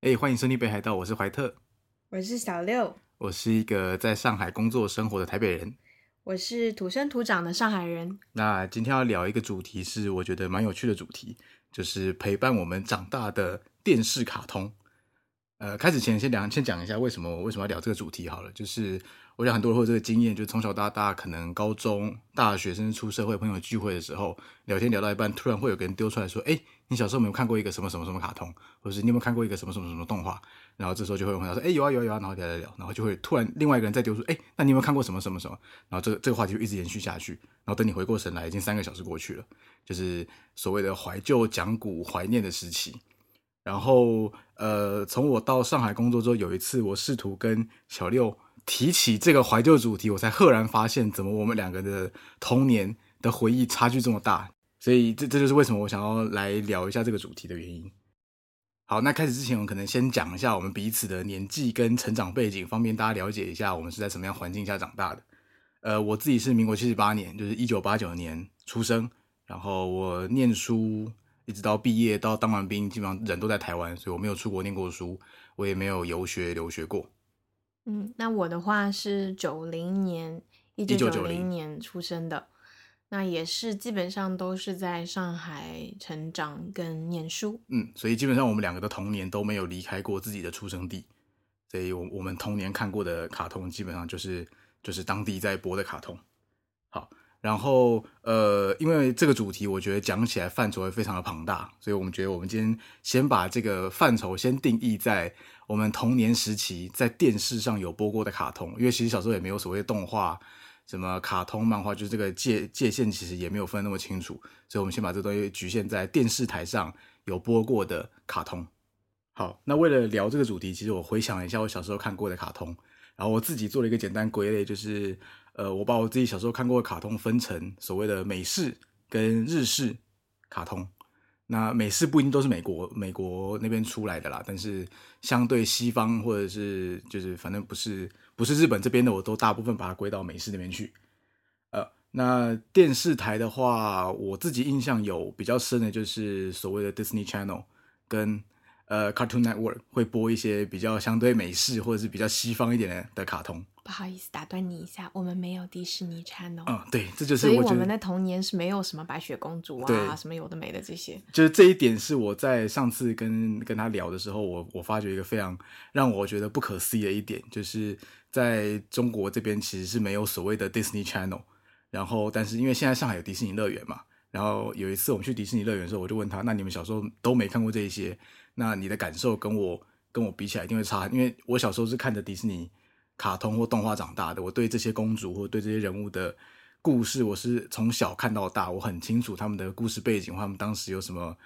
哎、欢迎收听北海道，我是怀特，我是小六，我是一个在上海工作生活的台北人。我是土生土长的上海人。那今天要聊一个主题是我觉得蛮有趣的主题，就是陪伴我们长大的电视卡通。呃，开始前先聊，先讲一下为什么为什么要聊这个主题好了。就是我想很多人会有这个经验，就是从小到大，可能高中、大学，甚至出社会朋友聚会的时候，聊天聊到一半，突然会有个人丢出来说：“哎、你小时候有没有看过一个什么什么什么卡通，或者是你有没有看过一个什么什么什么动画？”然后这时候就会有朋友说：“哎、有啊有啊有啊。”然后聊聊聊，然后就会突然另外一个人再丢出：“哎、那你有没有看过什么什么什么？”然后这个这个话题就一直延续下去。然后等你回过神来，已经三个小时过去了，就是所谓的怀旧、讲古、怀念的时期。然后呃，从我到上海工作之后，有一次我试图跟小六提起这个怀旧主题，我才赫然发现，怎么我们两个的童年的回忆差距这么大。所以这这就是为什么我想要来聊一下这个主题的原因。好，那开始之前，我们可能先讲一下我们彼此的年纪跟成长背景，方便大家了解一下我们是在什么样环境下长大的。呃，我自己是民国七十八年，就是一九八九年出生，然后我念书一直到毕业到当完兵，基本上人都在台湾，所以我没有出国念过书，我也没有游学留学过。嗯，那我的话是九零年，一九九1990零年出生的，那也是基本上都是在上海成长跟念书。嗯，所以基本上我们两个的童年都没有离开过自己的出生地，所以我我们童年看过的卡通基本上就是就是当地在播的卡通。好，然后呃，因为这个主题我觉得讲起来范畴会非常的庞大，所以我们觉得我们今天先把这个范畴先定义在我们童年时期在电视上有播过的卡通，因为其实小时候也没有所谓的动画。什么卡通、漫画，就是这个界界限其实也没有分那么清楚，所以我们先把这东西局限在电视台上有播过的卡通。好，那为了聊这个主题，其实我回想了一下我小时候看过的卡通，然后我自己做了一个简单归类，就是呃，我把我自己小时候看过的卡通分成所谓的美式跟日式卡通。那美式不一定都是美国美国那边出来的啦，但是相对西方或者是就是反正不是不是日本这边的，我都大部分把它归到美式那边去。呃，那电视台的话，我自己印象有比较深的就是所谓的 Disney Channel 跟呃 Cartoon Network 会播一些比较相对美式或者是比较西方一点的的卡通。不好意思，打断你一下，我们没有迪士尼 channel，、嗯，对，这就是所以我我觉们得的童年是没有什么白雪公主对啊，什么有的没的这些。就是这一点是我在上次跟跟他聊的时候，我我发觉一个非常让我觉得不可思议的一点，就是在中国这边其实是没有所谓的 Disney Channel，然后但是因为现在上海有迪士尼乐园嘛，然后有一次我们去迪士尼乐园的时候，我就问他，那你们小时候都没看过这一些，那你的感受跟我跟我比起来一定会差，因为我小时候是看着迪士尼卡通或动画长大的，我对这些公主或对这些人物的故事，我是从小看到大，我很清楚他们的故事背景，或他们当时有什么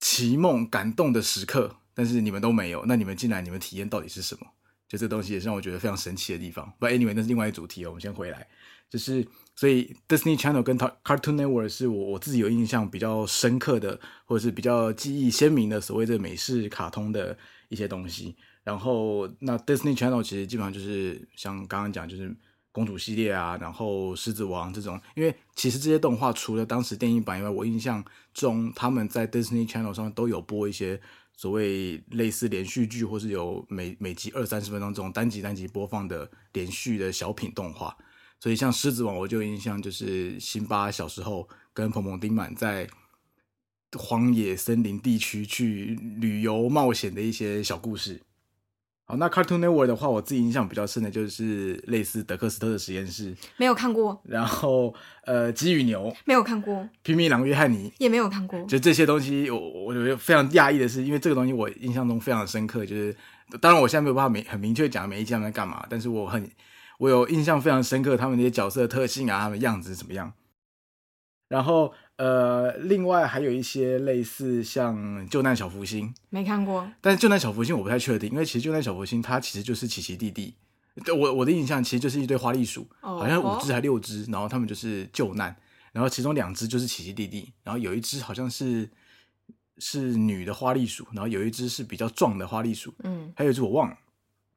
奇梦感动的时刻，但是你们都没有，那你们进来，你们体验到底是什么？就这东西也是让我觉得非常神奇的地方。不，anyway，那是另外一个主题哦。我们先回来，就是所以 Disney Channel 跟 Tar- Cartoon Network 是我我自己有印象比较深刻的，或者是比较记忆鲜明的所谓这美式卡通的一些东西。然后那 Disney Channel 其实基本上就是像刚刚讲，就是公主系列啊，然后狮子王这种。因为其实这些动画除了当时电影版以外，我印象中他们在 Disney Channel 上都有播一些所谓类似连续剧，或是有每每集二三十分钟这种单集单集播放的连续的小品动画。所以像《狮子王》，我就有印象就是辛巴小时候跟彭彭丁满在荒野森林地区去旅游冒险的一些小故事。好，那 Cartoon Network 的话，我自己印象比较深的就是类似德克斯特的实验室，没有看过，然后呃鸡与牛、没有看过，拼命狼约翰尼，也没有看过。就这些东西，我我觉得非常讶异的是，因为这个东西我印象中非常深刻，就是当然我现在没有办法明很明确讲每一集他们在干嘛，但是我很我有印象非常深刻他们那些角色的特性啊，他们样子怎么样。然后呃，另外还有一些类似像救难小福星，没看过，但是救难小福星我不太确定，因为其实救难小福星它其实就是奇奇弟弟，对我我的印象其实就是一堆花栗鼠，哦好像五只还六只，然后他们就是救难，然后其中两只就是奇奇弟弟，然后有一只好像是是女的花栗鼠，然后有一只是比较壮的花栗鼠，嗯还有一只我忘了。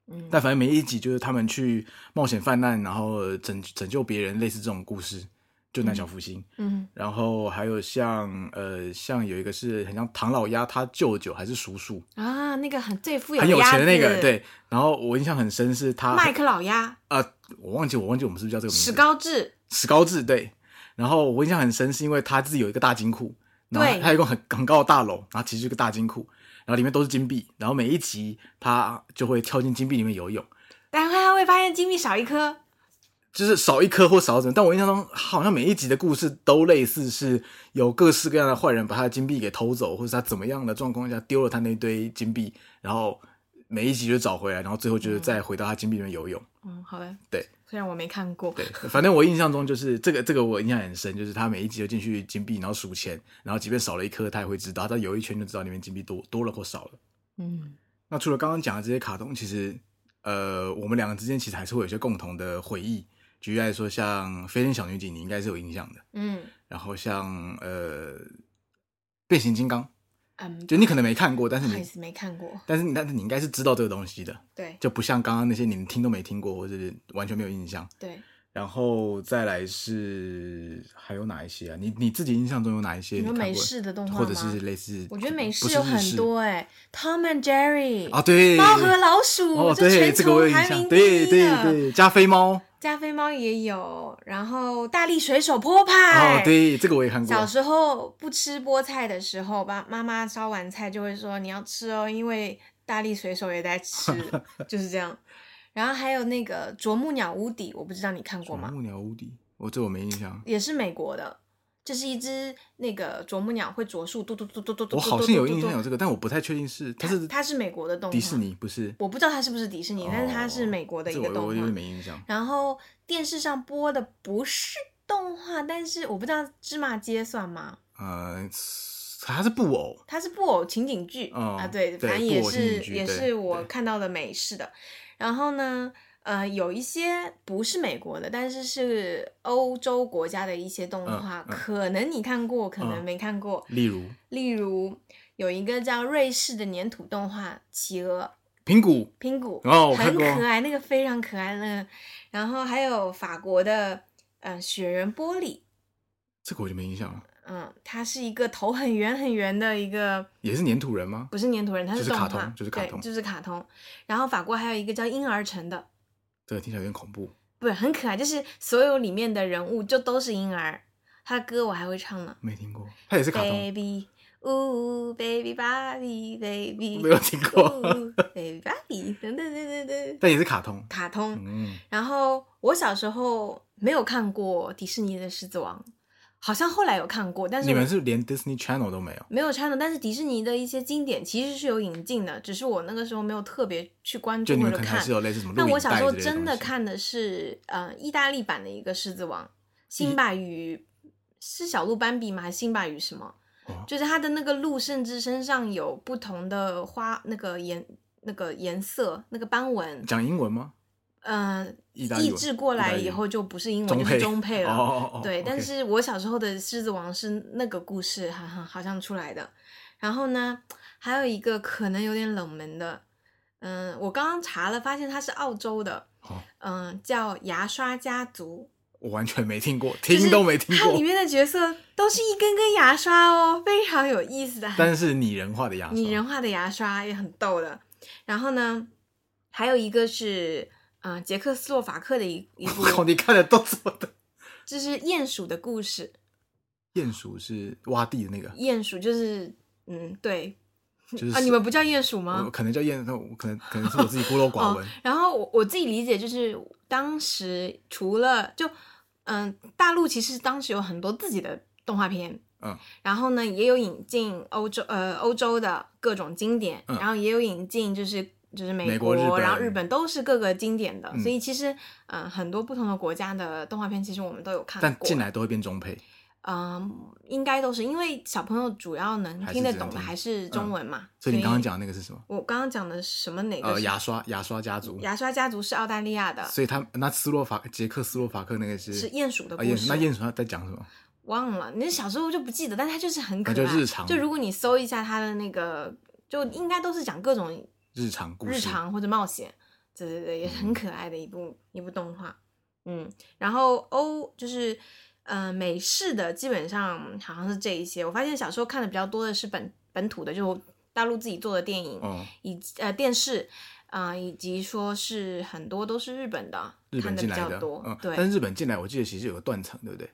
嗯，但反正每一集就是他们去冒险犯难，然后拯拯救别人，类似这种故事，就南小福星，嗯然后还有像呃像有一个是很像唐老鸭他舅舅还是叔叔，啊，那个很最富有很有鸭钱的那子个，，对。然后我印象很深是他麦克老鸭，啊、我忘记我忘记我们是不是叫这个名字史高治，史高治对。然后我印象很深是因为他自己有一个大金库，然对后他有一个很很高的大楼，然后其实是个大金库，然后里面都是金币，然后每一集他就会跳进金币里面游泳。但会他会发现金币少一颗，就是少一颗或少怎，但我印象中好像每一集的故事都类似，是有各式各样的坏人把他的金币给偷走，或者是他怎么样的状况下丢了他那堆金币，然后每一集就找回来，然后最后就是再回到他金币里面游泳。嗯，好的，对，虽然我没看过，对，反正我印象中就是这个这个我印象很深，就是他每一集就进去金币，然后数钱，然后即便少了一颗，他也会知道，他游一圈就知道里面金币多多了或少了。嗯那除了刚刚讲的这些卡通，其实呃，我们两个之间其实还是会有一些共同的回忆。举例来说，像《飞天小女警》，你应该是有印象的。嗯然后像呃，变形金刚，嗯，就你可能没看过，但是不好意你思没看过，但是你但是你应该是知道这个东西的，对就不像刚刚那些你们听都没听过，或者是完全没有印象。对，然后再来是还有哪一些啊？你你自己印象中有哪一些你说看美过式的动画或者吗是类似？我觉得美不式是有日很多哎、t o m and Jerry 啊，对，猫和老鼠，哦，这对，全这个我球有印排象，名第对一对的。对，加菲猫，加菲猫也有，然后大力水手波派。哦，对，这个我也看过，哎小时候不吃菠菜的时候，爸妈妈烧完菜就会说你要吃哦，因为大力水手也在 吃，就是这样。然后还有那个啄木鸟屋底，我不知道你看过吗？木鸟无敌，我这我没印象，也是美国的，这是一只那个啄木鸟会啄树，嘟嘟嘟嘟嘟嘟。我好像有印象有这个，但我不太确定是它是它是美国的动画，迪士尼不是？我不知道它是不是迪士尼，但是它是美国的一个哦这我动我有点画。没印象。然后电视上播的不是动画，但是我不知道芝麻街算吗？呃，它是布偶，它是布偶情景剧、哦啊，对，对反正也布偶情是景剧也对是我对看到的美式的。然后呢，呃，有一些不是美国的，但是是欧洲国家的一些动画，嗯嗯可能你看过，可能嗯没看过。例如例如有一个叫瑞士的粘土动画《企鹅平谷》拼谷，哦，我看很过，可爱，那个非常可爱那个。然后还有法国的呃雪人玻璃，这个我就没印象了。嗯，它是一个头很圆很圆的一个。也是粘土人吗？不是粘土人，它就是动卡画，通就是卡对通就是卡通。然后法国还有一个叫婴儿城的，这个听起来有点恐怖。不是很可爱，就是所有里面的人物就都是婴儿。他的歌我还会唱呢没听过，它也是卡通， ，Baby，呜，Baby Barbie，Baby，没有听过， ，Baby Barbie，等等等等等，但也是卡通。卡通。嗯，然后我小时候没有看过迪士尼的《狮子王》，好像后来有看过，但是你我们是连 Disney Channel 都没有？没有 channel，但是迪士尼的一些经典其实是有引进的，只是我那个时候没有特别去关注就你或们者可能还看是。有类似什么那录我影小带时之候类的真的东西嗯看的是呃意大利版的一个《狮子王》，辛巴与是小鹿斑比吗？还是辛巴与什么哦？就是它的那个鹿，甚至身上有不同的花那个颜那个颜色那个斑纹，讲英文吗？嗯、呃，意大利译文制过意大来利以文后就不是英文中就是配中配了。哦哦哦，对， OK 但是我小时候的《狮子王》是那个故事，哈哈，好像出来的。然后呢，还有一个可能有点冷门的，嗯，我刚刚查了，发现它是澳洲的，哦嗯，叫牙刷家族，我完全没听过，就是听都没听它里过。面的角色都是一根根牙刷哦，非常有意思的，很但是拟人化的牙刷，拟人化的牙刷也很逗的。然后呢，还有一个是，嗯，捷克斯洛伐克的一一 部，靠，哦你看的都是我的。就是鼹鼠的故事。鼹鼠是挖地的 那个，鼹鼠就是，嗯，对，就是啊，你们不叫鼹鼠我吗？哦可能叫鼹，那我可能可能是我自己孤陋寡闻。然后我我自己理解就是，当时除了就，嗯，大陆其实当时有很多自己的动画片，嗯，然后呢也有引进欧洲呃欧洲的各种经典，嗯然后也有引进就是。就是美美国日本然后日本都是各个经典的，嗯所以其实嗯、呃很多不同的国家的动画片，其实我们都有看过。但进来都会变中配，嗯，应该都是因为小朋友主要能还是听得只能懂的听嗯还是中文嘛。所以你刚刚，讲的那个是什么？我刚刚讲的是什么哪个呃，是？牙刷牙刷家族，牙刷家族是澳大利亚的，所以他那斯洛伐捷克斯洛伐克那个是是鼹鼠的啊故鼹事。那鼹鼠他在讲什么？忘了，你小时候就不记得，但它就是很可爱。那就日常如果你搜一下它的那个，就应该都是讲各种日常故事，日常或者冒险，对嗯对对，也很可爱的一部、一部动画。嗯，然后欧就是呃，美式的基本上好像是这一些。我发现小时候看的比较多的是本本土的，就大陆自己做的电影，哦，以及呃电视，啊、以及说是很多都是日本的，日本看的比进来较的，多。嗯，但对，是日本进来，我记得其实有个断层，对不对？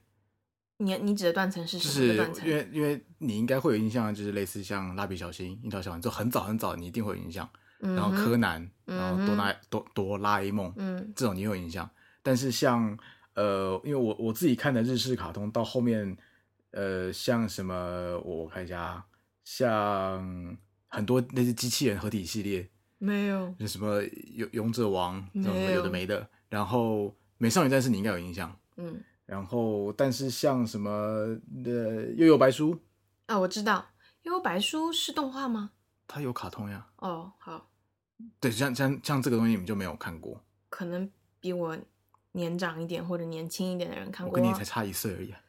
你你指的断层是就什么是个断层？因为因为你应该会有印象，就是类似像蜡笔小新、樱桃小丸，就很早很早，你一定会有印象。嗯然后哼柯南，然后哆嗯哼啦哆哆啦 A 梦，嗯这种你有印象。但是像呃，因为我我自己看的日式卡通到后面，呃，像什么我我看一下，啊，像很多那些机器人合体系列，没有，就是什么勇勇者王，什么没有有的没的。然后美少女战士你应该有印象。嗯然后，但是像什么呃，悠悠白书，啊，我知道，因为白书是动画吗？它有卡通呀。哦，好，对，像像像这个东西你们就没有看过，可能比我年长一点或者年轻一点的人看我过。跟你才差一岁 而已、啊，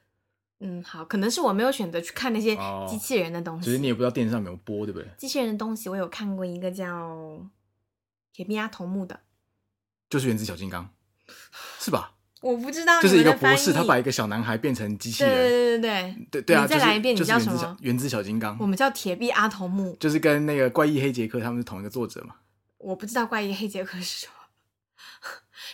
嗯，好，可能是我没有选择去看那些哦机器人的东只西。是你也不知道电视上有没有播，对不对？机器人的东西，我有看过一个叫《铁臂阿童木》的，就是原子小金刚，是吧？我不知道就是一你个们的翻博译士，他把一个小男孩变成机器对人，对对对对对啊，你再就是来一遍你就是叫原子什小么原子小金我刚，们叫铁臂阿童木，就是跟那个怪异黑杰克他们是同一个作者嘛。我不知道怪异黑杰克是什么。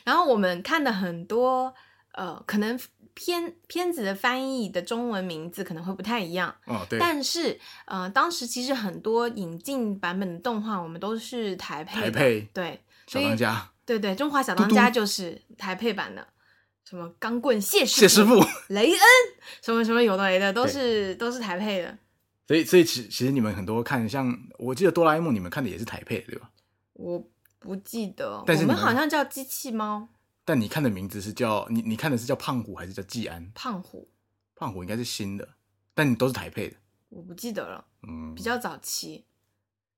然后我们看的很多，呃，可能片片子的翻译的中文名字可能会不太一样，哦，对，但是呃，当时其实很多引进版本的动画，我们都是台配台的，配对，小所以当家对对，《中华小嘟当嘟家》就是台配版的，什么钢棍谢师谢师傅，雷恩，什么什么有的没的，都对是都是台配的。所以所以其其实你们很多看，像我记得哆啦 A 梦你们看的也是台配的对吧？我不记得，但是你我们们好像叫机器猫但你看的名字是叫你你看的是叫胖虎还是叫季安？胖虎，胖虎应该是新的，但你都是台配的，我不记得了，嗯，比较早期。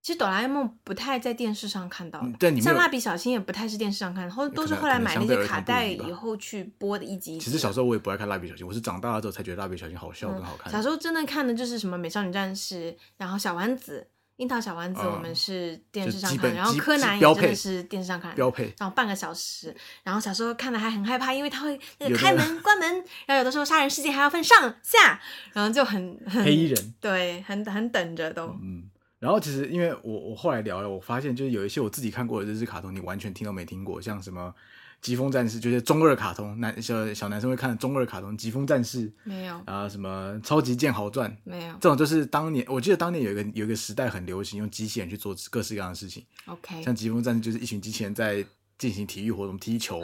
其实哆啦 A 梦不太在电视上看到的，嗯对你没像有蜡笔小新也不太是电视上看的，后都是可能后来可能买相那对些儿童卡不带宜吧以后去播的一集一集的。嗯其实小时候我也不爱看蜡笔小新，我是长大了之后才觉得蜡笔小新好笑跟好看。小时候真的看的就是什么美少女战士，然后小丸子、樱桃小丸子，嗯我们是电就视上基看的，本然后基柯基南也标真的配是电视上看的，标配然后半个小时，然后小时候看的还很害怕，因为他会那有个的开门、关门，然后有的时候杀人事件还要分上下，然后就很很黑衣人，对，很很等着都，嗯。然后其实因为我我后来聊了，我发现就是有一些我自己看过的日式卡通，你完全听都没听过，像什么《疾风战士》，就是中二卡通，男小小男生会看的中二卡通，《疾风战士》没有啊，什么《超级剑豪传》。没有这种就是当年，我记得当年有一个有一个时代很流行用机器人去做各式各样的事情， ，OK，像疾风战士就是一群机器人在进行体育活动，踢 球，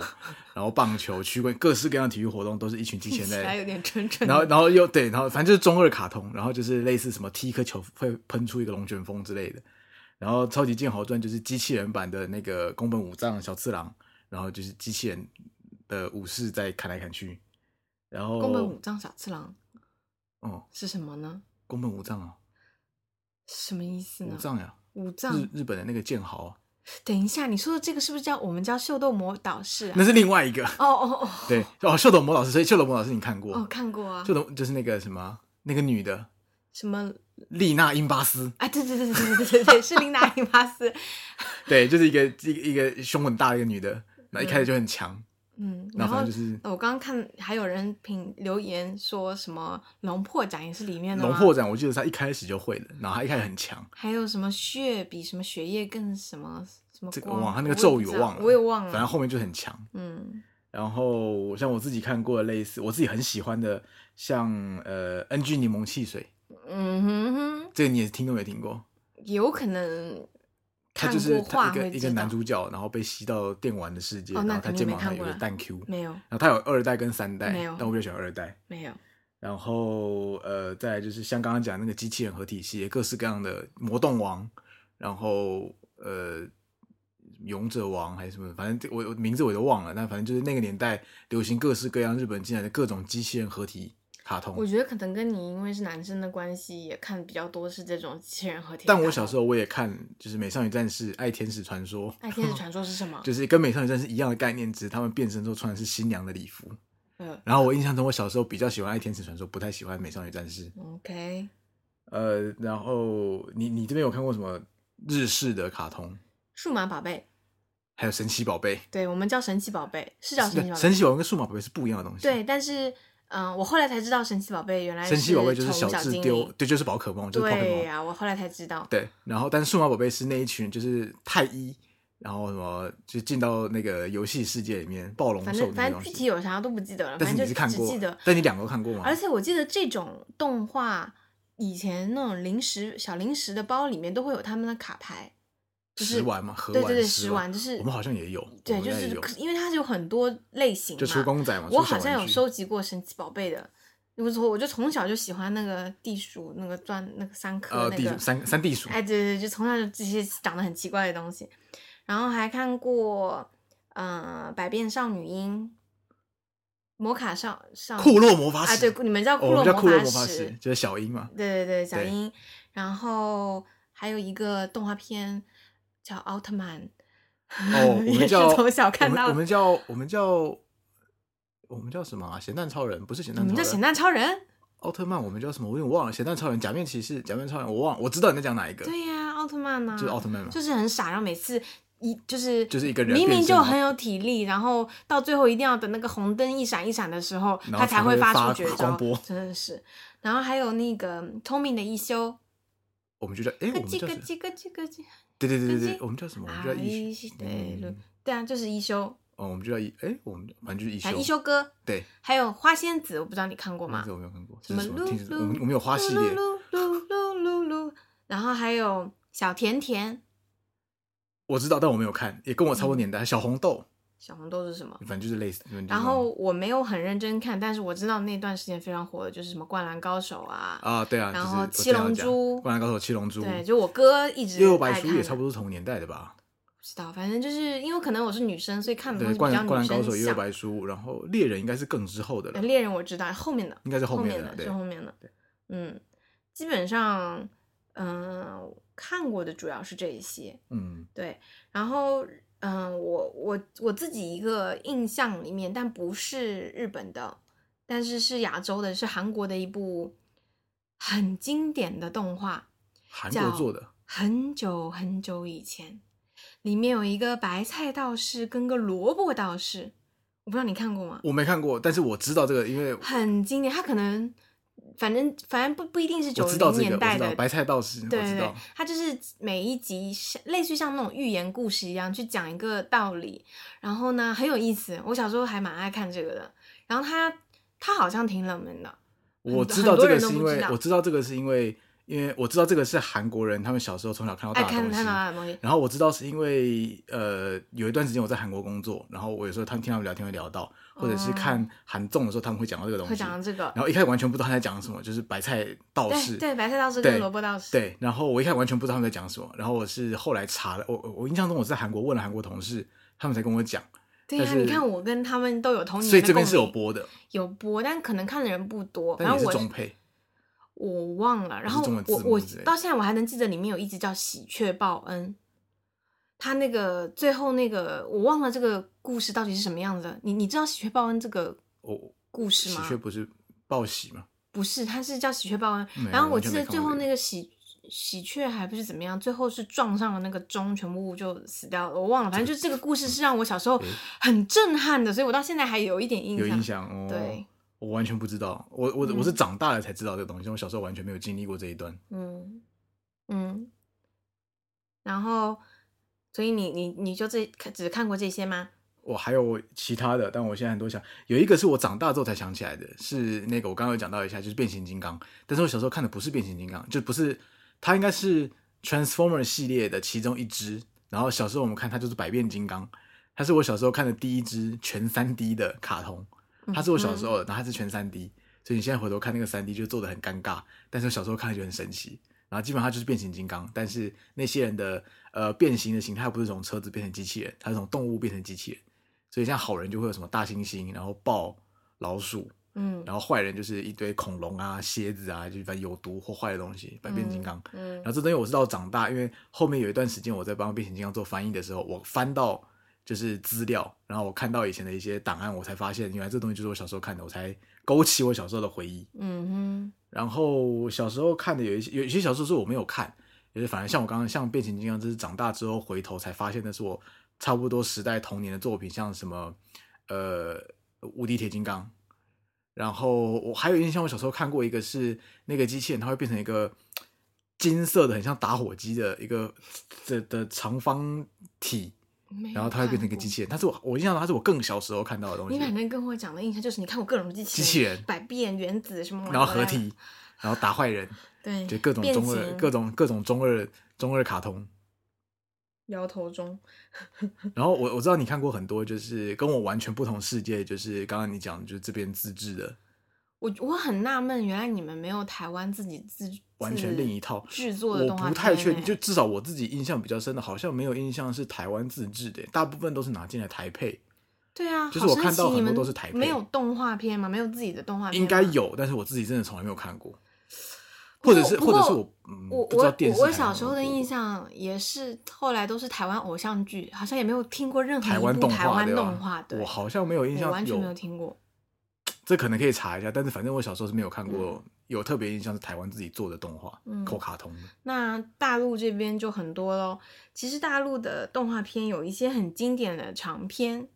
然后棒球、曲棍，各式各样的体育活动都是一群机器听人起 来有在。点蠢 蠢的，然后，然后又对，然后反正就是中二卡通，然后就是类似什么踢一颗球会喷出一个龙卷风之类的。然后《超级剑豪传》就是机器人版的那个宫本武藏小次郎，然后就是机器人的武士在砍来砍去。然后宫本武藏小次郎哦，是什么呢？宫本武藏啊，什么意思武呢？藏呀、武藏日日本的那个剑豪啊、等一下，你说的这个是不是叫我们叫秀逗魔导士、啊那？是另外一 个。哦哦哦，对哦，秀斗魔老师，所以秀斗魔老师你看过？哦，看过啊秀，斗就是那个什么那个女的什么丽娜英巴斯，啊？对对对对对对对，是琳达伊巴斯。对，就是一个一个一个胸很大的一个女的，那一开始就很强，嗯，那然后反正就是我刚刚看还有人评留言说什么龙破掌也是里面的吗龙破斩，我记得是她一开始就会的，然后她一开始很强，还有什么血比什么血液更什么什么这个光我忘了她那个也咒不语知我道忘了，我也忘了。反正后面就很强。嗯，然后像我自己看过的类似，我自己很喜欢的，像呃 NG 柠檬汽水，嗯哼哼，这个你也听都没听过。有可能它看就是过它画一个会一知个道。男主角，然后被吸到电玩的世界，哦然那后他肯定肩没膀上看有过个了蛋 Q，没有然后他有二代跟三代，没有但我比较喜欢二代。没有，然后呃，再来就是像刚刚讲那个机器人合体系列，各式各样的魔动王，然后呃勇者王还是什么，反正这我我名字我都忘了。但反正就是那个年代流行各式各样日本进来的各种机器人合体卡我通。觉得可能跟你因为是男生的关系，也看比较多是这种机器人合体。但我小时候，候我也看，就是《美少女战士》《爱天使传说》，爱 天使传说是什么？就是跟《美少女战士》一样的概念，只是他们变身之后穿的是新娘的礼服。嗯然后我印象中，我小时候比较喜欢《爱天使传说》，不太喜欢《美少女战士》。 ，OK，呃，然后你你这边有看过什么日式的卡通？数码宝贝，还有神奇宝贝，对我们叫神奇宝贝，是叫神奇宝贝，神奇宝贝跟数码宝贝是不一样的东西。对，但是嗯，我后来才知道神奇宝贝原来神奇宝贝就是宠小物小智精丢灵，对，就是宝可梦，就是宝可对啊梦。呀、我后来才知道，对，然后但是数码宝贝是那一群就是太一，然后什么就进到那个游戏世界里面暴龙反兽正那反个正东具西。体有啥都不记得了，但是反你正是就看只过记得，，但你两个都看过吗？而且我记得这种动画以前那种零食小零食的包里面都会有他们的卡牌，就是食玩嘛，盒对对对，食食玩就是我们好像也有，对，我们就家也是有可因为它是有很多类型嘛，就出公仔嘛，我出小好像有玩具收集过神奇宝贝的，我从我就从小就喜欢那个地鼠，那个钻，那个三颗、呃那地个鼠，三三地鼠，哎，对对，对就从小就这些长得很奇怪的东西，然后还看过，呃，百变少女樱，摩卡少少女库洛魔法啊，使对，，你们叫哦库我洛们叫库洛魔魔法使，使，就是小樱嘛，对对对，小对樱，然后还有一个动画片叫《奥特曼》， 哦，我也们是叫从小看我们到我的。们叫我们叫我们叫什么啊？咸蛋超人不是咸你蛋超们人，嗯叫咸蛋超人？奥特曼我们叫什么？我有点忘了。咸蛋超人、假面骑士、假面超人，我忘了。我知道你在讲哪一个，对呀、奥特曼呐、啊就是奥特曼嘛。就是很傻，然后每次一就是就是一个人明明变身就嘛很有体力，然后到最后一定要等那个红灯一闪一闪的时候，然后他才会会发出绝招，光波真的是。然后还有那个聪明的一休，我们就叫哎，咯我们叽叫咯什叽咯叽咯叽，对对对对咯对，叽我们叫什么？我们啊就叫一一休休，对嗯对啊，就是一休，哦，我们就叫一哎，我们反正就是一反正一休，休哥，对，还有花仙子，我不知道你看过吗？这我没有看过，什这么是什么？噜听着噜我们我们有花系列，噜噜噜噜噜噜，然后还有小甜甜，我知道，但我没有看，也跟我差不嗯多年代。小红豆，小红豆是什么？反正就是类似。就是那种然后我没有很认真看，但是我知道那段时间非常火的就是什么《灌篮高手》啊，啊，对啊，然就是后我七这样龙讲珠灌篮高手》七龙珠，对，就我哥一直幽游白爱书看也的差不多是同年代的吧？不知道，反正就是因为可能我是女生，所以看的东对，西比灌较篮灌女篮高手》生幽游向。白书，然后猎人应该是更之后的了呃，猎人我知道，后面的应该是后后面面的，对是。后面的，嗯，基本上嗯、看过的主要是这一些，嗯，对，然后嗯、我我我自己一个印象里面，但不是日本的，但是是亚洲的，是韩国的一部很经典的动画，韩叫国做的，很久很久以前，里面有一个白菜道士跟个萝卜道士，我不知道你看过吗？我没看过，但是我知道这个，因为 我很经典，他可能反正反正不不一定是九知道零这个，年我代知的道白菜道士，我对知对对道，，它就是每一集像类似于像那种寓言故事一样去讲一个道理，然后呢很有意思。我小时候还蛮爱看这个的。然后它它好像挺冷门的，我很知很道多这个人都是因不知为道我知道这个是因为，因为我知道这个是韩国人他们小时候从小看到爱大的看东看到西。它的东西。然后我知道是因为，呃，有一段时间我在韩国工作，然后我有时候他们听他们聊天会聊到，或者是哦看韩综的时候他们会讲到这个东会西。讲到这个，然后一开始完全不知道他在讲什么，就是白菜道士对，对，白菜道士对跟萝卜道士，对，然后我一开始完全不知道他们在讲什么，然后我是后来查了，我我我印象中我是在韩国问了韩国同事，他们才跟我讲，对呀、但是你看我跟他哦们都有童年的所以这边共是有鸣播的，有播，但可能看的人不多。但然也后是我中配。我忘了，然后中文字我幕我之类的到现在我还能记得里面有一集叫《喜鹊报恩》，他那个最后那个我忘了这个故事到底是什么样子的。你你知道《喜鹊报恩》这个我故事喜吗？鹊不是报喜吗？不是，它是叫《喜鹊报恩》没有然后我完全记没得看最过后这那个喜喜鹊还不是怎么样，最后是撞上了那个钟，全部就死掉了。我忘了，反正就这个故事是让我小时候诶很震撼的，所以我到现在还有一点印有象。印象哦。对，我完全不知道，我我我是嗯长大了才知道这个东西，我小时候完全没有经历过这一段。嗯，嗯，然后，所以你你你就这只看过这些吗？我还有其他的，但我现在很多想，有一个是我长大之后才想起来的，是那个我刚刚有讲到一下，就是变形金刚。但是我小时候看的不是变形金刚，就不是，它应该是 Transformer 系列的其中一只。然后小时候我们看它就是百变金刚，它是我小时候看的第一只全3 D 的卡通，嗯它是我小时候的，然后它是全3 D，所以你现在回头看那个3 D 就做的很尴尬，但是我小时候看了就很神奇。然后基本上它就是变形金刚，但是那些人的呃变形的形态不是从车子变成机器人，它是从动物变成机器人。所以像好人就会有什么大猩猩，然后豹、老鼠，嗯然后坏人就是一堆恐龙啊、蝎子啊，就是反正有毒或坏的东西，百变金刚。嗯然后这东西我是到长大，因为后面有一段时间我在帮变形金刚做翻译的时候，我翻到就是资料，然后我看到以前的一些档案，我才发现原来这东西就是我小时候看的，我才勾起我小时候的回忆。嗯然后小时候看的有一些，有一些小说是我没有看，也是反正像我刚刚像变形金刚，这是长大之后回头才发现的是我差不多时代童年的作品，像什么呃无敌铁金刚，然后我还有印象，我小时候看过一个是那个机器人，它会变成一个金色的，很像打火机的一个的的长方体，没有然后它会变成一个看过机器人。但是我我印象中它是我更小时候看到的东你西，反正跟我讲的印象就是，你看过各种机机器器人百变原子什么，然后合，体，然后打坏人，对，就各种变中二形各种各种中二中二卡通。摇头中，然后我我知道你看过很多，就是跟我完全不同世界，就是刚刚你讲，就是这边自制的，我我很纳闷，原来你们没有台湾自己自完全另一套。制作的我动画不片太确定，欸就至少我自己印象比较深的，好像没有印象是台湾自制的，大部分都是拿进来台配，对啊，就是好我神看到奇你很多们都是台没配有动画片吗？没有自己的动画片，应该。有，但是我自己真的从来没有看过，不或过者是啊不或者过是我嗯我不知道我电视我台有没有小时候的播印象也是，后来都是台湾偶像剧，好像也没有听过任何台一湾部动台画湾对吧动画，对，我好像没有印我象完全没有听过。这可能可以查一下，但是反正我小时候是没有看过，有特别印象是台湾自己做的动画，嗯扣卡通的。那大陆这边就很多咯，其实大陆的动画片有一些很经典的长片，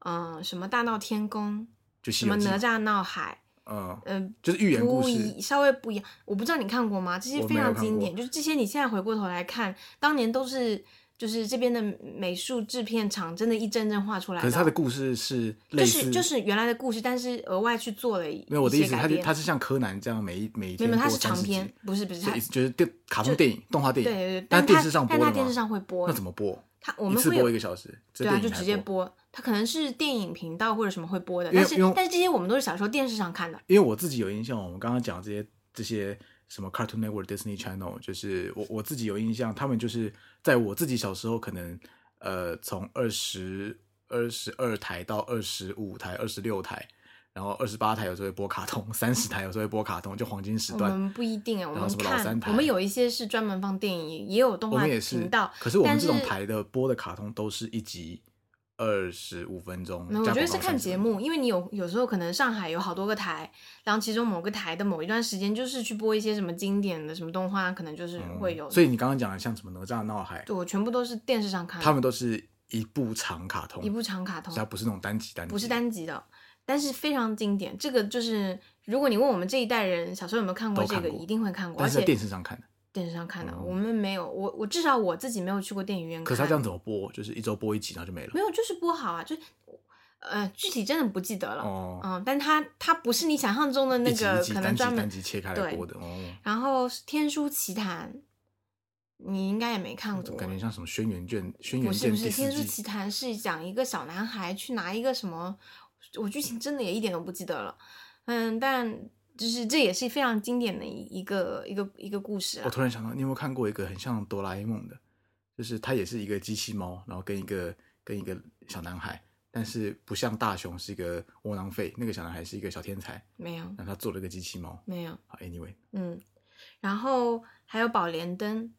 嗯、什么《大闹天宫就》，西什游么《记哪》，吒闹海》嗯，嗯，就是寓言故不事一，稍微不一样。我不知道你看过吗？这些我非没有常看经过典，就是这些你现在回过头来看，当年都是就是这边的美术制片厂真的一帧帧画出来可是它的的哦。故事是就类是似，就是原来的故事，但是额外去做了一没有我的意思，一些它改就编它是像柯南这样每一每一没有天没有它播是三长十集，篇，不是不是它所以就是电卡通就电影、动画电对影，对对，但但电它视上播但它的电吗视上会播那怎么播？它我一们次会播有一个小时，这对啊，电就影直还接播。播。它可能是电影频道或者什么会播的，因为但是因为但是这些我们都是小时候电视上看的。因为我自己有印象，我们刚刚讲这些这些什么 Cartoon Network、Disney Channel，就是我我自己有印象，他们就是在我自己小时候可能呃从二十二十二台到二十五台、二十六台，然后二十八台有时候会播卡通， 三十台有时候会播卡通，就黄金时我段。们不一定啊，我然后们什么老三看，台我们有一些是专门放电影，也有动我画们也是啊嗯频道，。可是我们但这种是台的播的卡通都是一集二十五分钟，嗯我加觉广得是告看30节分钟。目，因为你有有时候可能上海有好多个台，然后其中某个台的某一段时间就是去播一些什么经典的什么动画，可能就是会有。嗯所以你刚刚讲的像什么哪吒闹海，对啊我全部都是电视上看的，他们都是一部长卡通，一部长卡通所以它，不是那种单集单集，不是单集的，但是非常经典。这个就是如果你问我们这一代人小时候有没有看过都这看个，过一定会看过，但而是在且电视上看的。电视上看的，哦我们没有，我我至少我自己没有去过电影院看。可是它这样怎么播？就是一周播一集，然后就没了没。有，就是播好啊，就是呃，具体真的不记得了。哦，嗯，但它它不是你想象中的那一集个一集可能单集专门单集切开来对播的。哦，然后《天书奇谭》，你应该也没看怎过么。感觉像什么轩辕卷？轩不辕是剑不是，第《天书四奇季谭》是讲一个小男孩去拿一个什么，我剧情真的也一点都不记得了。嗯，但就是这也是非常经典的一一个一个一个故事我啊。突然想到，你有没有看过一个很像哆啦 A 梦的？就是它也是一个机器猫，然后跟一个跟一个小男孩，但是不像大雄是一个窝囊废，那个小男孩是一个小天才，没有然后他做了一个机器猫。没有，好，anyway，嗯，然后还有《宝莲灯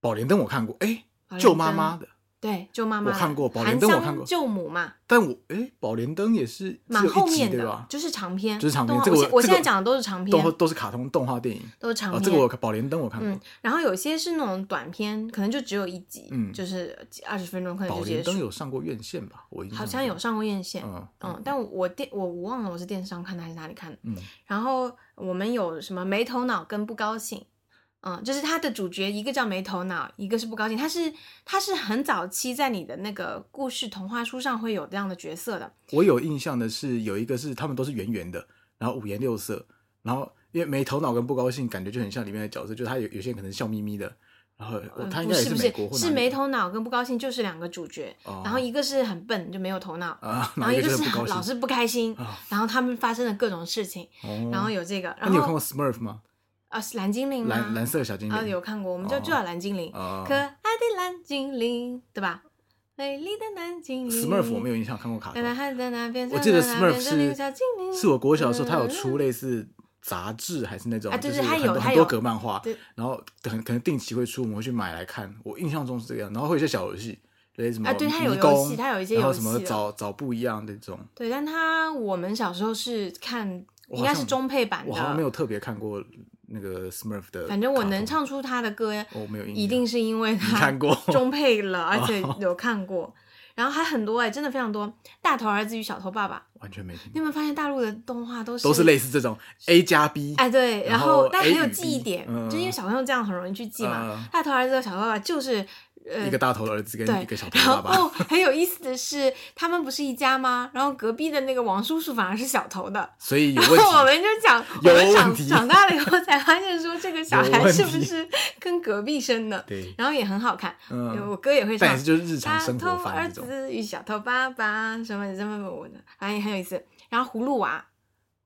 宝莲灯我看过，哎宝，莲救妈灯妈的，》，对，就妈妈我的看过宝含莲灯我香看过救母嘛，但我哎，宝莲灯也是只蛮有一后集面对的吧，？就是长篇，就是长动篇画这个我我现我现这在个讲的都是长篇，都都是卡通动画电影。都是长哦，篇。这个我有看宝莲灯我看过嗯，，然后有些是那种短片，可能就只有一集，嗯就是二十分钟可能宝就莲结灯束。有上过院线吧？我印象好像有中，上过院线，嗯嗯但我我电我我忘了我是电视上看的还是哪里看的。嗯，然后我们有什么没头脑跟不高兴，嗯，就是它的主角一个叫没头脑，一个是不高兴，它是它是很早期在你的那个故事童话书上会有这样的角色的，我有印象的是有一个是他们都是圆圆的，然后五颜六色，然后因为没头脑跟不高兴，感觉就很像里面的角色，就他有有些人可能笑眯眯的，然后嗯哦他应不该也是不美是国或是哪里没的头脑跟不高兴就是两个主角，哦然后一个是很笨就没有头 脑，啊，然后一一个是不高兴很老是不开心，啊，然后他们发生了各种事情，哦然后有这个，那然你有看后过 Smurf 吗？啊是蓝精灵吗？蓝蓝色小精啊灵有看过，我们就哦就叫蓝精灵，啊可爱的蓝精灵，对吧？美丽的蓝精灵。 ，Smurf 我没有。有印象看过卡奶奶通，汉在那边，我记得在那边 Smurf 这里有是小精灵是我国小的时候，他有出嗯类似杂志还是那种啊，对就对是它很有多它很多有格漫画，对然后很可能定期会出，我们会去买来看。我印象中是这个样，然后会有一些小游戏，类似什么啊对它有迷游宫戏它有一些然后游什么戏的哦找找不一样的这种，对，但他我们小时候是看，我应好该像是中配版我好像没的。有特别看过那个 Smurf 的卡通，反正我能唱出他的歌，哦我没有印象一定是因 为你他看过中配了，而且有看过。然后还很多哎、真的非常多，《大头儿子与小头爸爸》，完全没听你过，有没有发现大陆的动画都是都是类似这种 A 加 B，哎，对，然然后后但 A 很有与记忆 B，点，嗯就因为小朋友这样很容易去记嘛。嗯大头儿子和小头爸爸就是呃一个大头儿子跟对一个小头然爸爸，后很有意思的是，他们不是一家吗？然后隔壁的那个王叔叔反而是小头的。所以有然问后我题。们就讲，有我们问长题长大了以后才发现，说这个小有孩问是不题是跟隔壁生的？对，然后也很好看，嗯，我哥也会但唱也是。就是日常大生头活范儿那种。子与小头爸爸什么什么什么的，反正也很有意思。然后葫芦娃、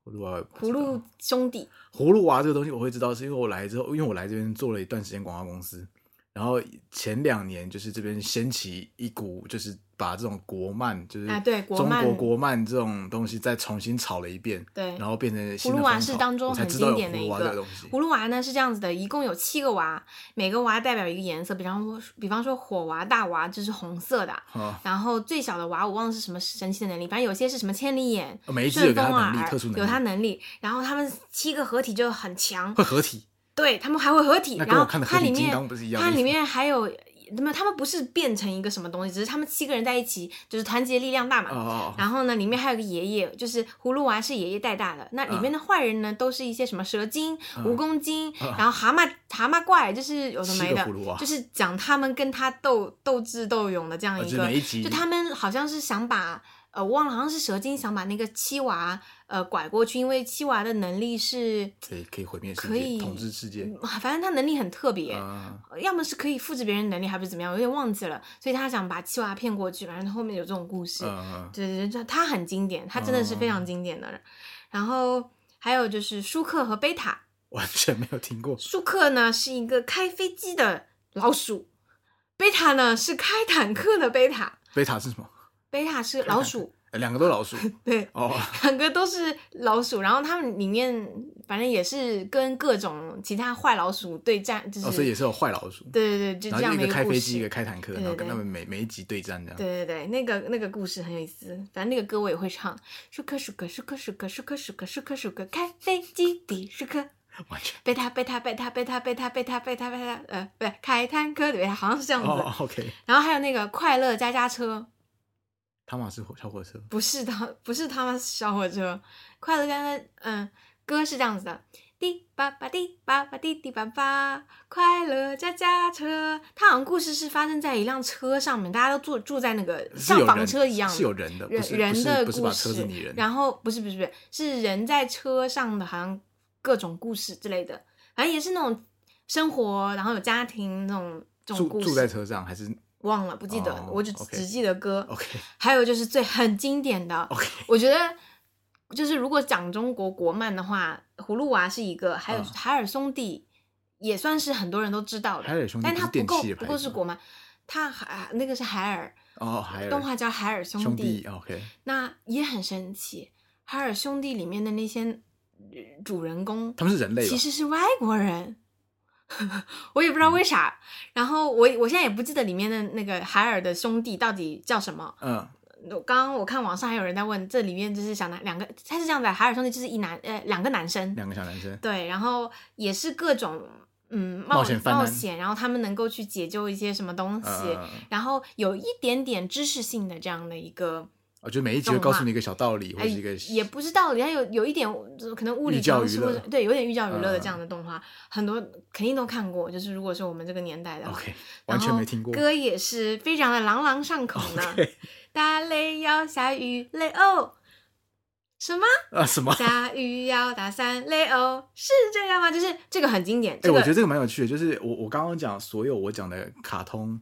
葫芦娃，葫芦兄弟，葫芦娃这个东西我会知道，是因为我来之后，因为我来这边做了一段时间广告公司，然后前两年就是这边掀起一股，就是把这种国漫，就是啊对国中漫国国漫这种东西再重新炒了一遍，对然后变成新葫的芦娃风是潮当中我才很知道经有典的葫芦一娃这个个东西。葫芦娃呢是这样子的，一共有七个娃，每个娃代表一个颜色，比方说，比方说火娃、大娃这是红色的，啊，然后最小的娃我忘了是什么神奇的能力，反正有些是什么千里眼、哦每一只有顺它风能力，耳特殊能力，啊有它能力，然后他们七个合体就很强，会合体，对他们还会合体，那然跟我后看的合它里体金面刚不是一样的它意思吗？里面还有。那么他们不是变成一个什么东西，只是他们七个人在一起，就是团结力量大嘛。哦哦哦，然后呢，里面还有个爷爷，就是葫芦娃是爷爷带大的。那里面的坏人呢，都是一些什么蛇精、嗯蜈蚣精，嗯然后蛤蟆蛤蟆怪，就是有的七没个的葫，芦啊娃，就是讲他们跟他斗斗智斗勇的这样啊就一是个。每一集就他们好像是想把呃，我忘了，好像是蛇精想把那个七娃呃拐过去，因为七娃的能力是，可以可以毁灭世可界，以统治世界嗯反正他能力很特别。啊，要么是可以复制别人的能力，还不是怎么样，我有点忘记了。所以他想把七娃骗过去，反正后面有这种故事。嗯对对对，它很经典，它真的是非哦常经典的。然后还有就是舒克和贝塔，完全没有听过，舒克呢是一个开飞机的老鼠，贝塔呢是开坦克的贝塔，贝塔是什么？贝塔是老鼠，呃两个都 老鼠对，哦，两个都是老鼠。然后它们里面反正也是跟各种其他坏老鼠对战，就是、哦，所以也是有坏老鼠，对对对，就然这后样一的个开故飞机，一事个。开坦克，对对然后跟他对们每每一集对战这样。对对对，那个那个故事很有意思，反正那个歌我也会唱。舒克舒克舒克舒克舒克舒克舒克舒克开飞机的舒克，完全贝塔贝塔贝塔贝塔贝塔贝塔贝塔贝塔，呃，不对，凯坦克的贝塔好像是这样子。哦，OK，然后还有那个快乐加加车，汤马是火小火车，不是他，不是他们小火车，快乐加加，嗯，歌是这样子的。滴吧吧滴吧吧滴滴吧吧，快乐加加车。它好像故事是发生在一辆车上面，大家都坐住在那个是有像房人车一样的，是有人的，不人是不人是的不是故把车子事拟，人，然后不是不是不是是人在车上的，好像各种故事之类的，反正也是那种生活，然后有家庭那种这种住故住在事。车上还是忘了不记得，哦我就 OK 哦只记得歌。 OK 还有就是最很经典的， OK 我觉得就是如果讲中国国漫的话，《葫芦娃》是一个，还有嗯《海尔兄弟》也算是很多人都知道的。海尔兄弟但不它是电不够器的不牌够子是吗国漫，它还那个是海尔， 哦，还有动画叫《海尔兄哦 OK，那也很神奇，海尔兄弟里面的那些呃主人公他们是人类吧其？实是外国人， 我也不知道为嗯啥。然后我我现在也不记得里面的那个海尔的兄弟到底叫什么。嗯，我刚刚我看网上还有人在问，这里面就是想拿两个，他是这样的，海尔兄弟就是一男呃两个男生，两个小男生，对，然后也是各种嗯冒冒险犯冒难险，然后他们能够去解救一些什么东西，呃，然后有一点点知识性的这样的一个我觉得每一集会动画告诉你一个小道理，或哎，者一个也不是道理，它有有一点呃可能物寓理教常于识或乐者对，有点寓教于乐的嗯这样的动画，很多肯定都看过。就是如果是我们这个年代的话 OK，然完全后没听过。歌也是非常的朗朗上口呢。 OK 打雷要下雨雷哦，什么啊什么？下雨要打伞雷哦，是这样吗？就是这个很经典。哎、这个我觉得这个蛮有趣的，就是我我刚刚讲所有我讲的卡通，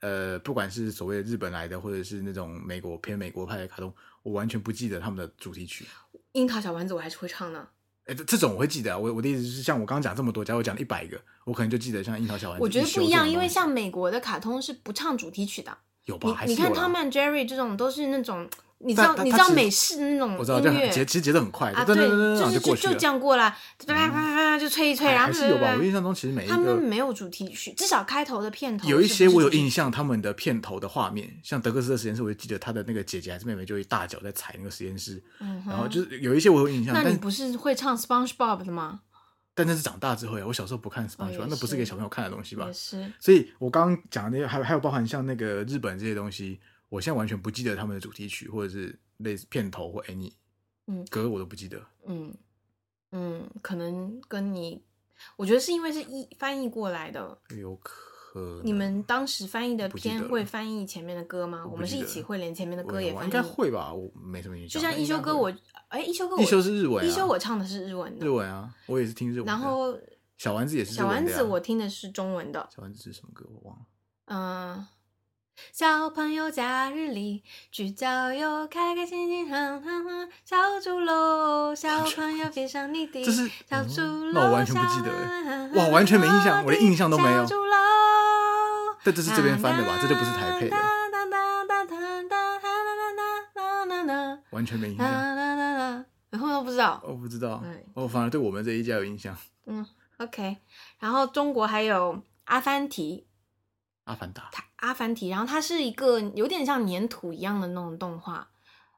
呃，不管是所谓日本来的，或者是那种美国偏美国派的卡通，我完全不记得他们的主题曲。樱桃小丸子我还是会唱呢。哎、这这种我会记得啊。我我的意思是，像我刚刚讲这么多，假如我讲一百个，我可能就记得像樱桃小丸子。我觉得休不一这种样，因为东西像美国的卡通是不唱主题曲的。有吧，你还是你看有啦 Tom and Jerry 这种都是那种，你知但道他你他知道只美式的那种我知道，就音很乐节其实节奏很快，啊，噔对，噔噔噔噔，然就后是过就去就了。这样过来，啪啪啪啪啪就吹一吹，哎然后还是有吧，我印啪象啪啪中其实每一他们个没有主题曲，至少开头的片头有一是不些是我有主题印曲，象，他们的片头的画面，像德克士的实验室，我就记得他的那个姐姐还是妹妹，就一大脚在踩那个实验室，嗯哼然后就是有一些我有印象，那你但不是会唱 SpongeBob 的吗？但那是长大之后呀，我小时候不看 SpongeBob，、也那不是是给小朋友看的东西吧也？是，所以我刚刚讲的那些，还有还有包含像那个日本这些东西，我现在完全不记得他们的主题曲或者是类似片头或 any，嗯歌我都不记得。嗯嗯，可能跟你，我觉得是因为是译翻译过来的。有可能你们当时翻译的不记得片了会翻译前面的歌吗？我我不们记是一得起了会连前面的歌我也我翻应该译。会吧，我没什么印就象。像但一应该休哥会我，哎，一休哥我，一休是日文、啊，一休我唱的是日文日的，文啊，我也是听日文的。然后小丸子也是日小文丸的呀子我听的是中文的，小丸子是什么歌我忘了。嗯。小朋友假日里去郊游，开开心心，哼哼哼，小猪喽，哦小朋友飞上你的这是小嗯猪喽，那我完全不记得小哎猪喽哇完全没印象我连印象都没有小猪喽，但这是这边翻的吧？这就不是台配的，哒哒哒哒哒哒哒哒哒哒哒完全没印象。哒哒哒哒，然后都不知道。我不知道哎，我反而对我们这一家有印象。 OK，然后中国还有阿凡提，阿凡达，它阿凡提，然后它是一个有点像粘土一样的那种动画，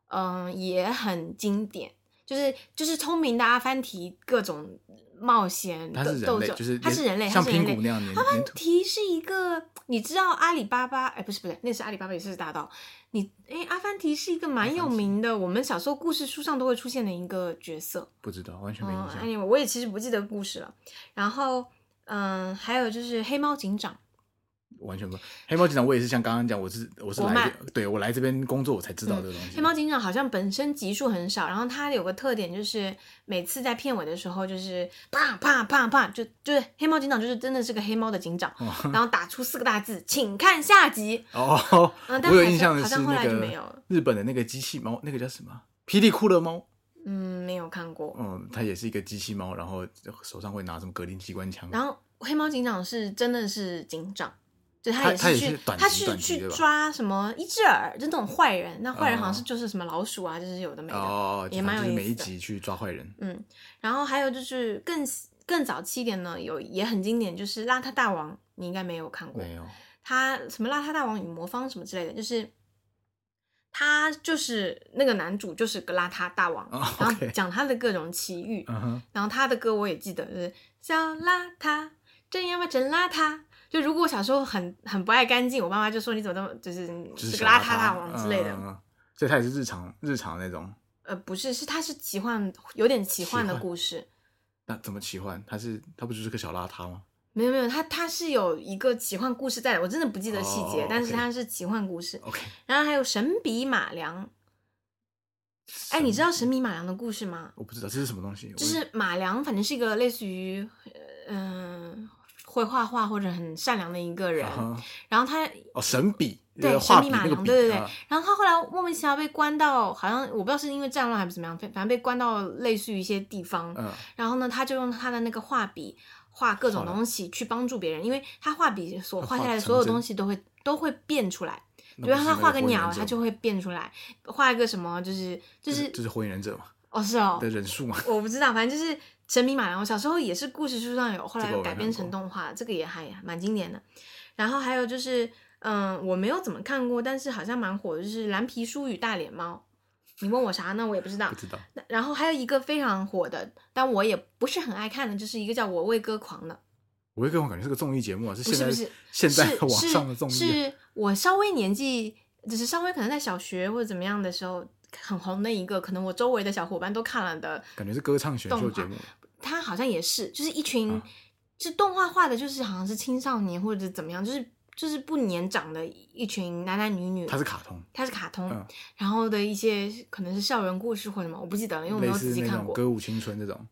嗯，也很经典。就是就是聪明的阿凡提，各种冒险它斗是人斗类，争，就是它是人类，它像是拼人骨类。那样粘粘土。提是一个，你知道阿里巴巴？哎，不是不是，那是阿里巴巴也是大盗。你哎，阿凡提是一个蛮有名的，我们小时候故事书上都会出现的一个角色。不知道，完全没印嗯象。 ，anyway，我也其实不记得故事了。然后嗯，还有就是黑猫警长，完全不。黑猫警长，我也是像刚刚讲，我是我是国来漫这，对我来这边工作，我才知道这个东西。嗯黑猫警长好像本身集数很少，然后它有个特点就是每次在片尾的时候就是啪啪啪啪，就就是黑猫警长就是真的是个黑猫的警长，然后打出四个大字，请看下集。 哦，嗯，但我有好印象像的好是像后那来就没有了个。日本的那个机器猫，那个叫什么？霹雳酷乐猫，嗯，没有看过。嗯，它也是一个机器猫，然后手上会拿什么格林机关枪。然后黑猫警长是真的是警长，就他他也他也去，是短集是短集去对吧抓什么一只耳，就那种坏人。那坏人好像是哦就是什么老鼠啊，就是有的没的。哦，也就蛮是有意每一思的集去抓坏人，嗯，然后还有就是更更早期一点呢，有也很经典，就是邋遢大王，你应该没有看过。没有他什么邋遢大王与魔方什么之类的，就是他就是那个男主就是个邋遢大王，哦然后 OK 讲他的各种奇遇。嗯哼，然后他的歌我也记得，就是小邋遢，真呀妈真邋遢。就如果我小时候很很不爱干净，我爸妈就说你怎么那么就是就是是个小邋遢大王之类的。嗯嗯嗯所以它也是日常日常那种。呃，不是，是它是奇幻，有点奇幻的奇幻故事。那怎么奇幻？它是它不就是个小邋遢吗？没有没有，它它是有一个奇幻故事在的，我真的不记得细节，哦但是 OK 它是奇幻故事。 OK，然后还有神笔马良， 哎，你知道神笔马良的故事吗？我不知道这是什么东西，我就是马良，反正是一个类似于嗯、呃会画画或者很善良的一个人，啊哈然后他哦神笔，对呃画神笔笔那马个良笔，对对对啊然后他后来莫名其妙被关到，好像我不知道是因为战乱还是怎么样，反反正被关到类似于一些地方。嗯，然后呢，他就用他的那个画笔画各种画了东西去帮助别人，因为他画笔所他画画下来的成所有真东西都会都会变出来。比那不如说是他那画个火影鸟，忍者他就吗会变出来；画一个什么，就是就、就是就是火影忍者嘛哦是哦，的人数嘛，我不知道，反正就是神笔马良，我小时候也是故事书上有，后来这个我没改编看成过动画，这个也还蛮经典的。然后还有就是，嗯，我没有怎么看过，但是好像蛮火的，就是《蓝皮书与大脸猫》。你问我啥呢？我也不知道不。知道那然后还有一个非常火的，但我也不是很爱看的，就是一个叫《我为歌狂》的，我会跟我感觉是个综艺节目啊，是不现在是不是，现在是网上的综艺啊是是我稍微年纪，只是稍微可能在小学或者怎么样的时候很红的一个，可能我周围的小伙伴都看了的感觉是歌唱选秀节目，他好像也是，就是一群、嗯是动画化的，就是好像是青少年或者怎么样，就是就是不年长的一群男男女女。它是卡通，它是卡通，嗯然后的一些可能是校园故事或什么，我不记得了，因为我没类有似仔细那看种过。歌舞青春这种，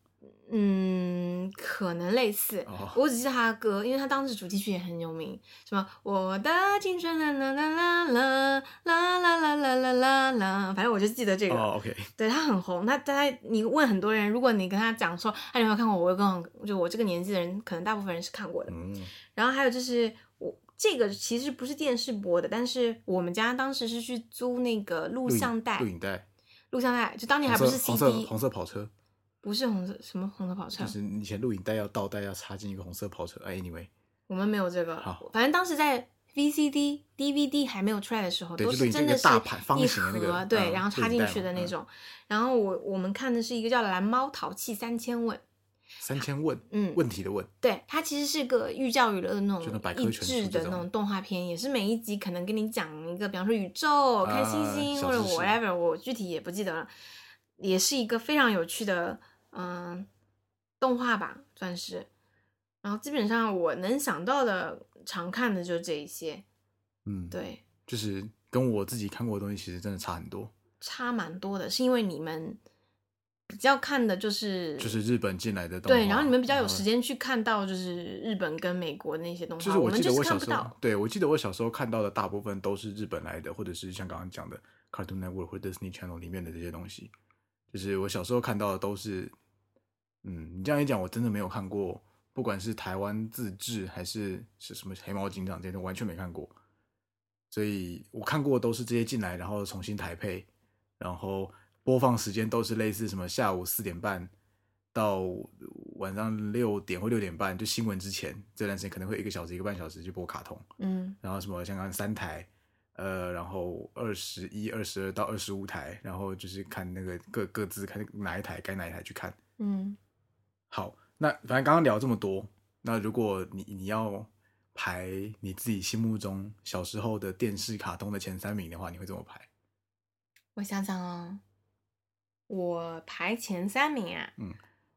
嗯，可能类似，哦我只记得他的歌，因为他当时主题曲也很有名，什么我的青春啦啦啦啦啦啦啦啦啦啦啦啦，反正我就记得这个。哦 OK，对他很红，他大家你问很多人，如果你跟他讲说，哎，你有没有看过？我有跟我就我这个年纪的人，可能大部分人是看过的。嗯，然后还有就是我这个其实不是电视播的，但是我们家当时是去租那个录影像带录，影带，录像带就当年还不红是色红色 CD，红色跑车，不是红色什么红色跑车就，是以前录影带要倒带要插进一个红色跑车，哎，anyway，我们没有这个好。反正当时在 VCD、DVD 还没有出来的时候，对都就是录影真那的个是大盘方一形的那个盒，对，嗯然后插录影进带去嘛的那嗯种。然后我我们看的是一个叫《蓝猫淘气三千问》，啊三千问，嗯问题的问，对，它其实是个寓教于乐的那就那百种科益全书智这的那种种动画片，也是每一集可能跟你讲一个，比方说宇宙、看星啊星小或者知识 whatever，我具体也不记得了，也是一个非常有趣的嗯、动画吧，算是。然后基本上我能想到的常看的就这一些，嗯，，对，就是跟我自己看过的东西其实真的差很多，差蛮多的，是因为你们比较看的就是就是日本进来的动画，对，然后你们比较有时间去看到就是日本跟美国那些动画，就是我我们记得就是小看不时候到，，对我记得我小时候看到的大部分都是日本来的，或者是像刚刚讲的 Cartoon Network 或者 Disney Channel 里面的这些东西。就是我小时候看到的都是，嗯，你这样一讲，我真的没有看过，不管是台湾自制还是是什么黑猫警长这些，都完全没看过。所以我看过都是这些进来，然后重新台配，然后播放时间都是类似什么下午四点半到晚上六点或六点半，就新闻之前这段时间可能会有一个小时一个半小时去播卡通，嗯然后什么香港三台，呃，然后二十一、二十二到二十五台，然后就是看那个各各自看哪一台该哪一台去看。嗯。好，那反正刚刚聊这么多，那如果你你要排你自己心目中小时候的电视卡通的前三名的话，你会怎么排？我想想哦，我排前三名啊，嗯，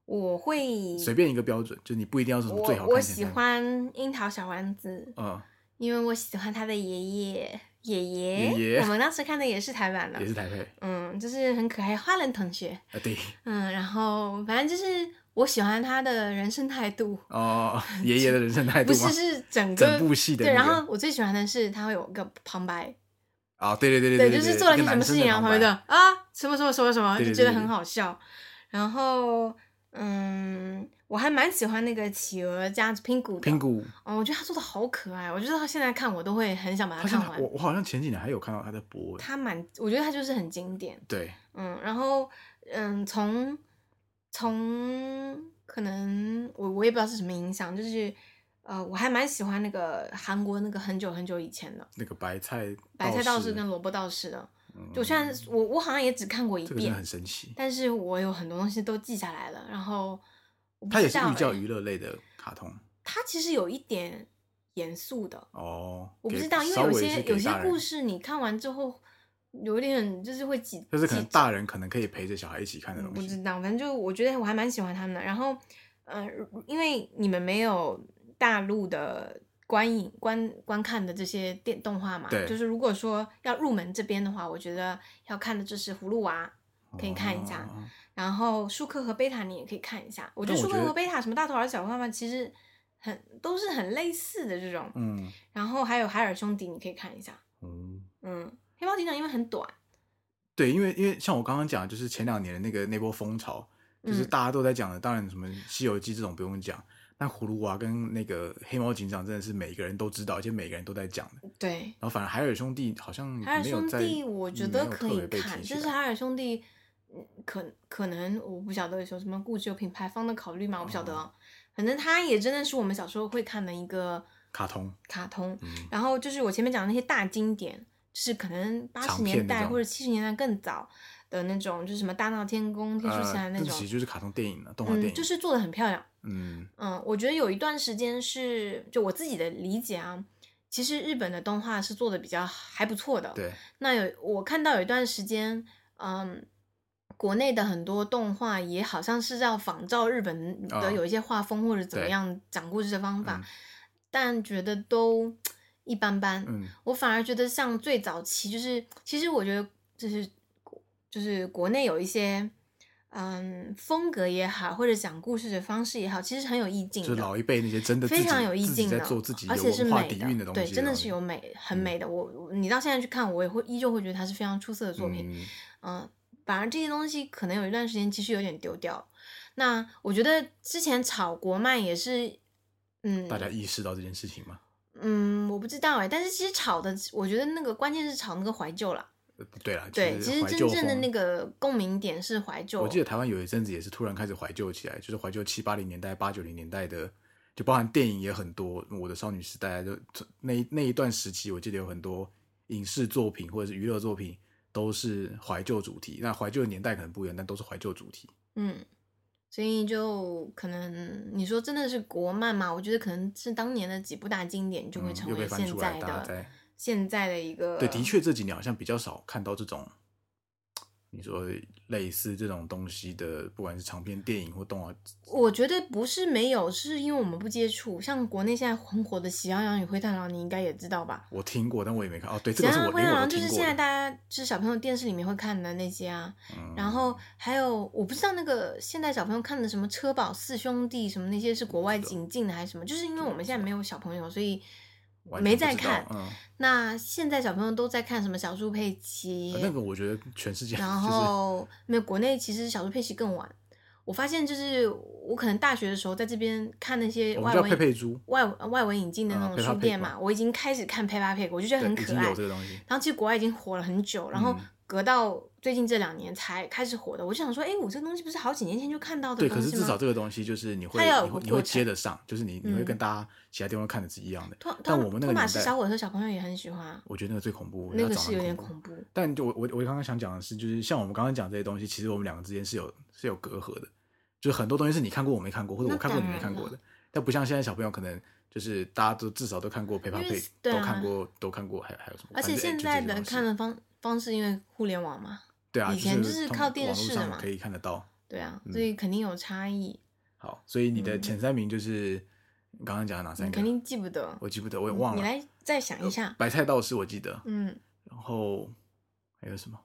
我会随便一个标准，就你不一定要是什么最好我看。我喜，欢樱桃小丸子，嗯，因为我喜欢他的爷爷爷爷。爷爷我们当时看的也是台版的也，是台 配嗯，就是很可爱花轮同学，啊，对，嗯，然后反正就是我喜欢他的人生态度，哦，爷爷的人生态度不吗？ 是是整个整部戏的对，那然个后我最喜欢的是他会有个旁白，啊，对对对对，对，就是对做了一个些什么男事生情，然后旁旁边白的啊什么什么什么什么，对就对觉得对很对好笑。然后，嗯，我还蛮喜欢那个企鹅家拼骨的，拼，骨，哦，我觉得他做的好可爱，我觉得他现在看我都会很想把好它啊看像完我。我好像前几年还有看到他在播，他蛮，我觉得他就是很经典，对，嗯，然后，嗯，从从可能我我也不知道是什么影响，就是。呃，我还蛮喜欢那个韩国那个很久很久以前的那个白菜白菜道士士跟萝卜道士的，嗯就虽然是我我好像也只看过一这个真遍的，很神奇，但是我有很多东西都记下来了。然后我不它也知是道寓教欸于乐类的卡通它其实有一点严肃的，哦，我不给知道，因为稍有微些是有给些大人故事你看完之后有点就是会挤，就是可能挤大人可能可以陪着小孩一起看的嗯东不知西，道，反正就我觉得我还蛮喜欢他们的。然后，嗯、因为你们没有大陆的观影观观看的这些电动画嘛，对就是如果说要入门这边的话，我觉得要看的就是《葫芦娃》。可以看一下哦然后舒克和贝塔你也可以看一下，我觉得但我舒觉克得和贝塔什么大头儿子小坏蛋其实很都是很类似的这种，嗯然后还有海尔兄弟你可以看一下，嗯。嗯，黑猫警长因为很短，对，因为因为像我刚刚讲的，就是前两年的那个那波风潮，就是嗯大家都在讲的。当然，什么《西游记》这种不用讲，那葫芦娃啊跟那个黑猫警长真的是每个人都知道，而且每个人都在讲的。对，然后反而海尔兄弟好像海尔嗯没有兄在，嗯弟我觉得没有可特以别被看，提起但是来海尔兄弟，嗯可可能我不晓得有什么顾及有品牌方的考虑嘛，我不晓得，哦反正它也真的是我们小时候会看的一个卡通，卡通，嗯，然后就是我前面讲的那些大经典，就是可能八十长年片那代种或者七十年代更早的那种，就是什么《大闹天宫》《天书奇呃，谭》那这种其，实就是卡通电影了，动画电嗯，影，就是做的很漂亮。嗯嗯，我觉得有一段时间是，就我自己的理解啊，其实日本的动画是做的比较还不错的。对，那有我看到有一段时间，嗯，国内的很多动画也好像是要仿照日本啊的有一些画风或者怎么对样讲故事的方法，嗯但觉得都一般般。嗯我反而觉得像最早期，就是其实我觉得就是就是国内有一些。嗯，风格也好，或者讲故事的方式也好，其实很有意境就的。是老一辈那些真的自非己常有意自己境在的，做自己有而且是文化美底蕴的东西，嗯对，真的是有美，很美的。我我你到现在去看，我也会依旧会觉得它是非常出色的作品。嗯嗯、反而这些东西可能有一段时间其实有点丢掉。那我觉得之前炒国漫也是，嗯，大家意识到这件事情嘛，嗯，我不知道哎，但是其实炒的，我觉得那个关键是炒那个怀旧啦。呃对啦，对，就其是实怀真旧正的风那个共鸣点是怀旧。我记得台湾有一阵子也是突然开始怀旧起来，就是怀旧七八零年代、八九零年代的，就包含电影也很多，《我的少女时代》啊就那一那一段时期，我记得有很多影视作品或者是娱乐作品都是怀旧主题。那怀旧的年代可能不一样，但都是怀旧主题。嗯，所以就可能你说真的是国漫嘛？我觉得可能是当年的几部大经典就会嗯成又被为翻现出来，在大家的、呃在现在的一个对，的确这几年好像比较少看到这种，你说类似这种东西的，不管是长篇电影或动画，我觉得不是没有，是因为我们不接触。像国内现在很火的《喜羊羊与灰太狼》，你应该也知道吧？我听过，但我也没看。哦，对， 《这喜个羊是羊与我灰连太我狼都》啊就听是过现在的。大家就是小朋友电视里面会看的那些啊。嗯然后还有我不知道那个现在小朋友看的什么《车宝四兄弟》什么那些是国外引进的还是什么？就是因为我们现在没有小朋友，所以完全没不在知道看。嗯，那现在小朋友都在看什么小猪佩奇？呃啊那个我觉得全世界 就然是后没有国内其实小猪佩奇更晚。我发现就是我可能大学的时候在这边看那些我们外叫文佩佩猪，外外文引进的那啊种，Peppa 书店 Pig 嘛，嘛我已经开始看 Peppa Pig，我就觉得对，很已可经爱有。这个东西。然后其实国外已经火了很久，然后嗯隔到最近这两年才开始火的。我就想说，哎，我这个东西不是好几年前就看到的对，东可西是吗？至少这个东西就是你会它要有你会个你会过程接得上，就是你你会嗯跟大家其他地方看的是一样的。托但托我们那个托马年斯代小火车小朋友也很喜欢啊，我觉得那个最恐怖，我觉那得个它长是得有很点恐怖。恐怖。但就我我我刚刚想讲的是，就是像我们刚刚讲这些东西，其实我们两个之间是有是有隔阂的，就是很多东西是你看过我没看过，或者那我看过你当没然看过了的。但不像现在小朋友可能就是大家都至少都看过《陪伴因为配是》，对都啊看过都看过，还还有什么？而且反正哎现就在这些的东西看的方方式，因为互联网嘛，对啊，以前就就是通靠电网络视的上嘛可以看得到。对啊，嗯所以肯定有差异。好，所以你的嗯前三名就是你刚刚讲的哪三你个？肯定记不得，我记不得，我也忘你了。来再想一下。白菜道士我记得，嗯，然后还有什么？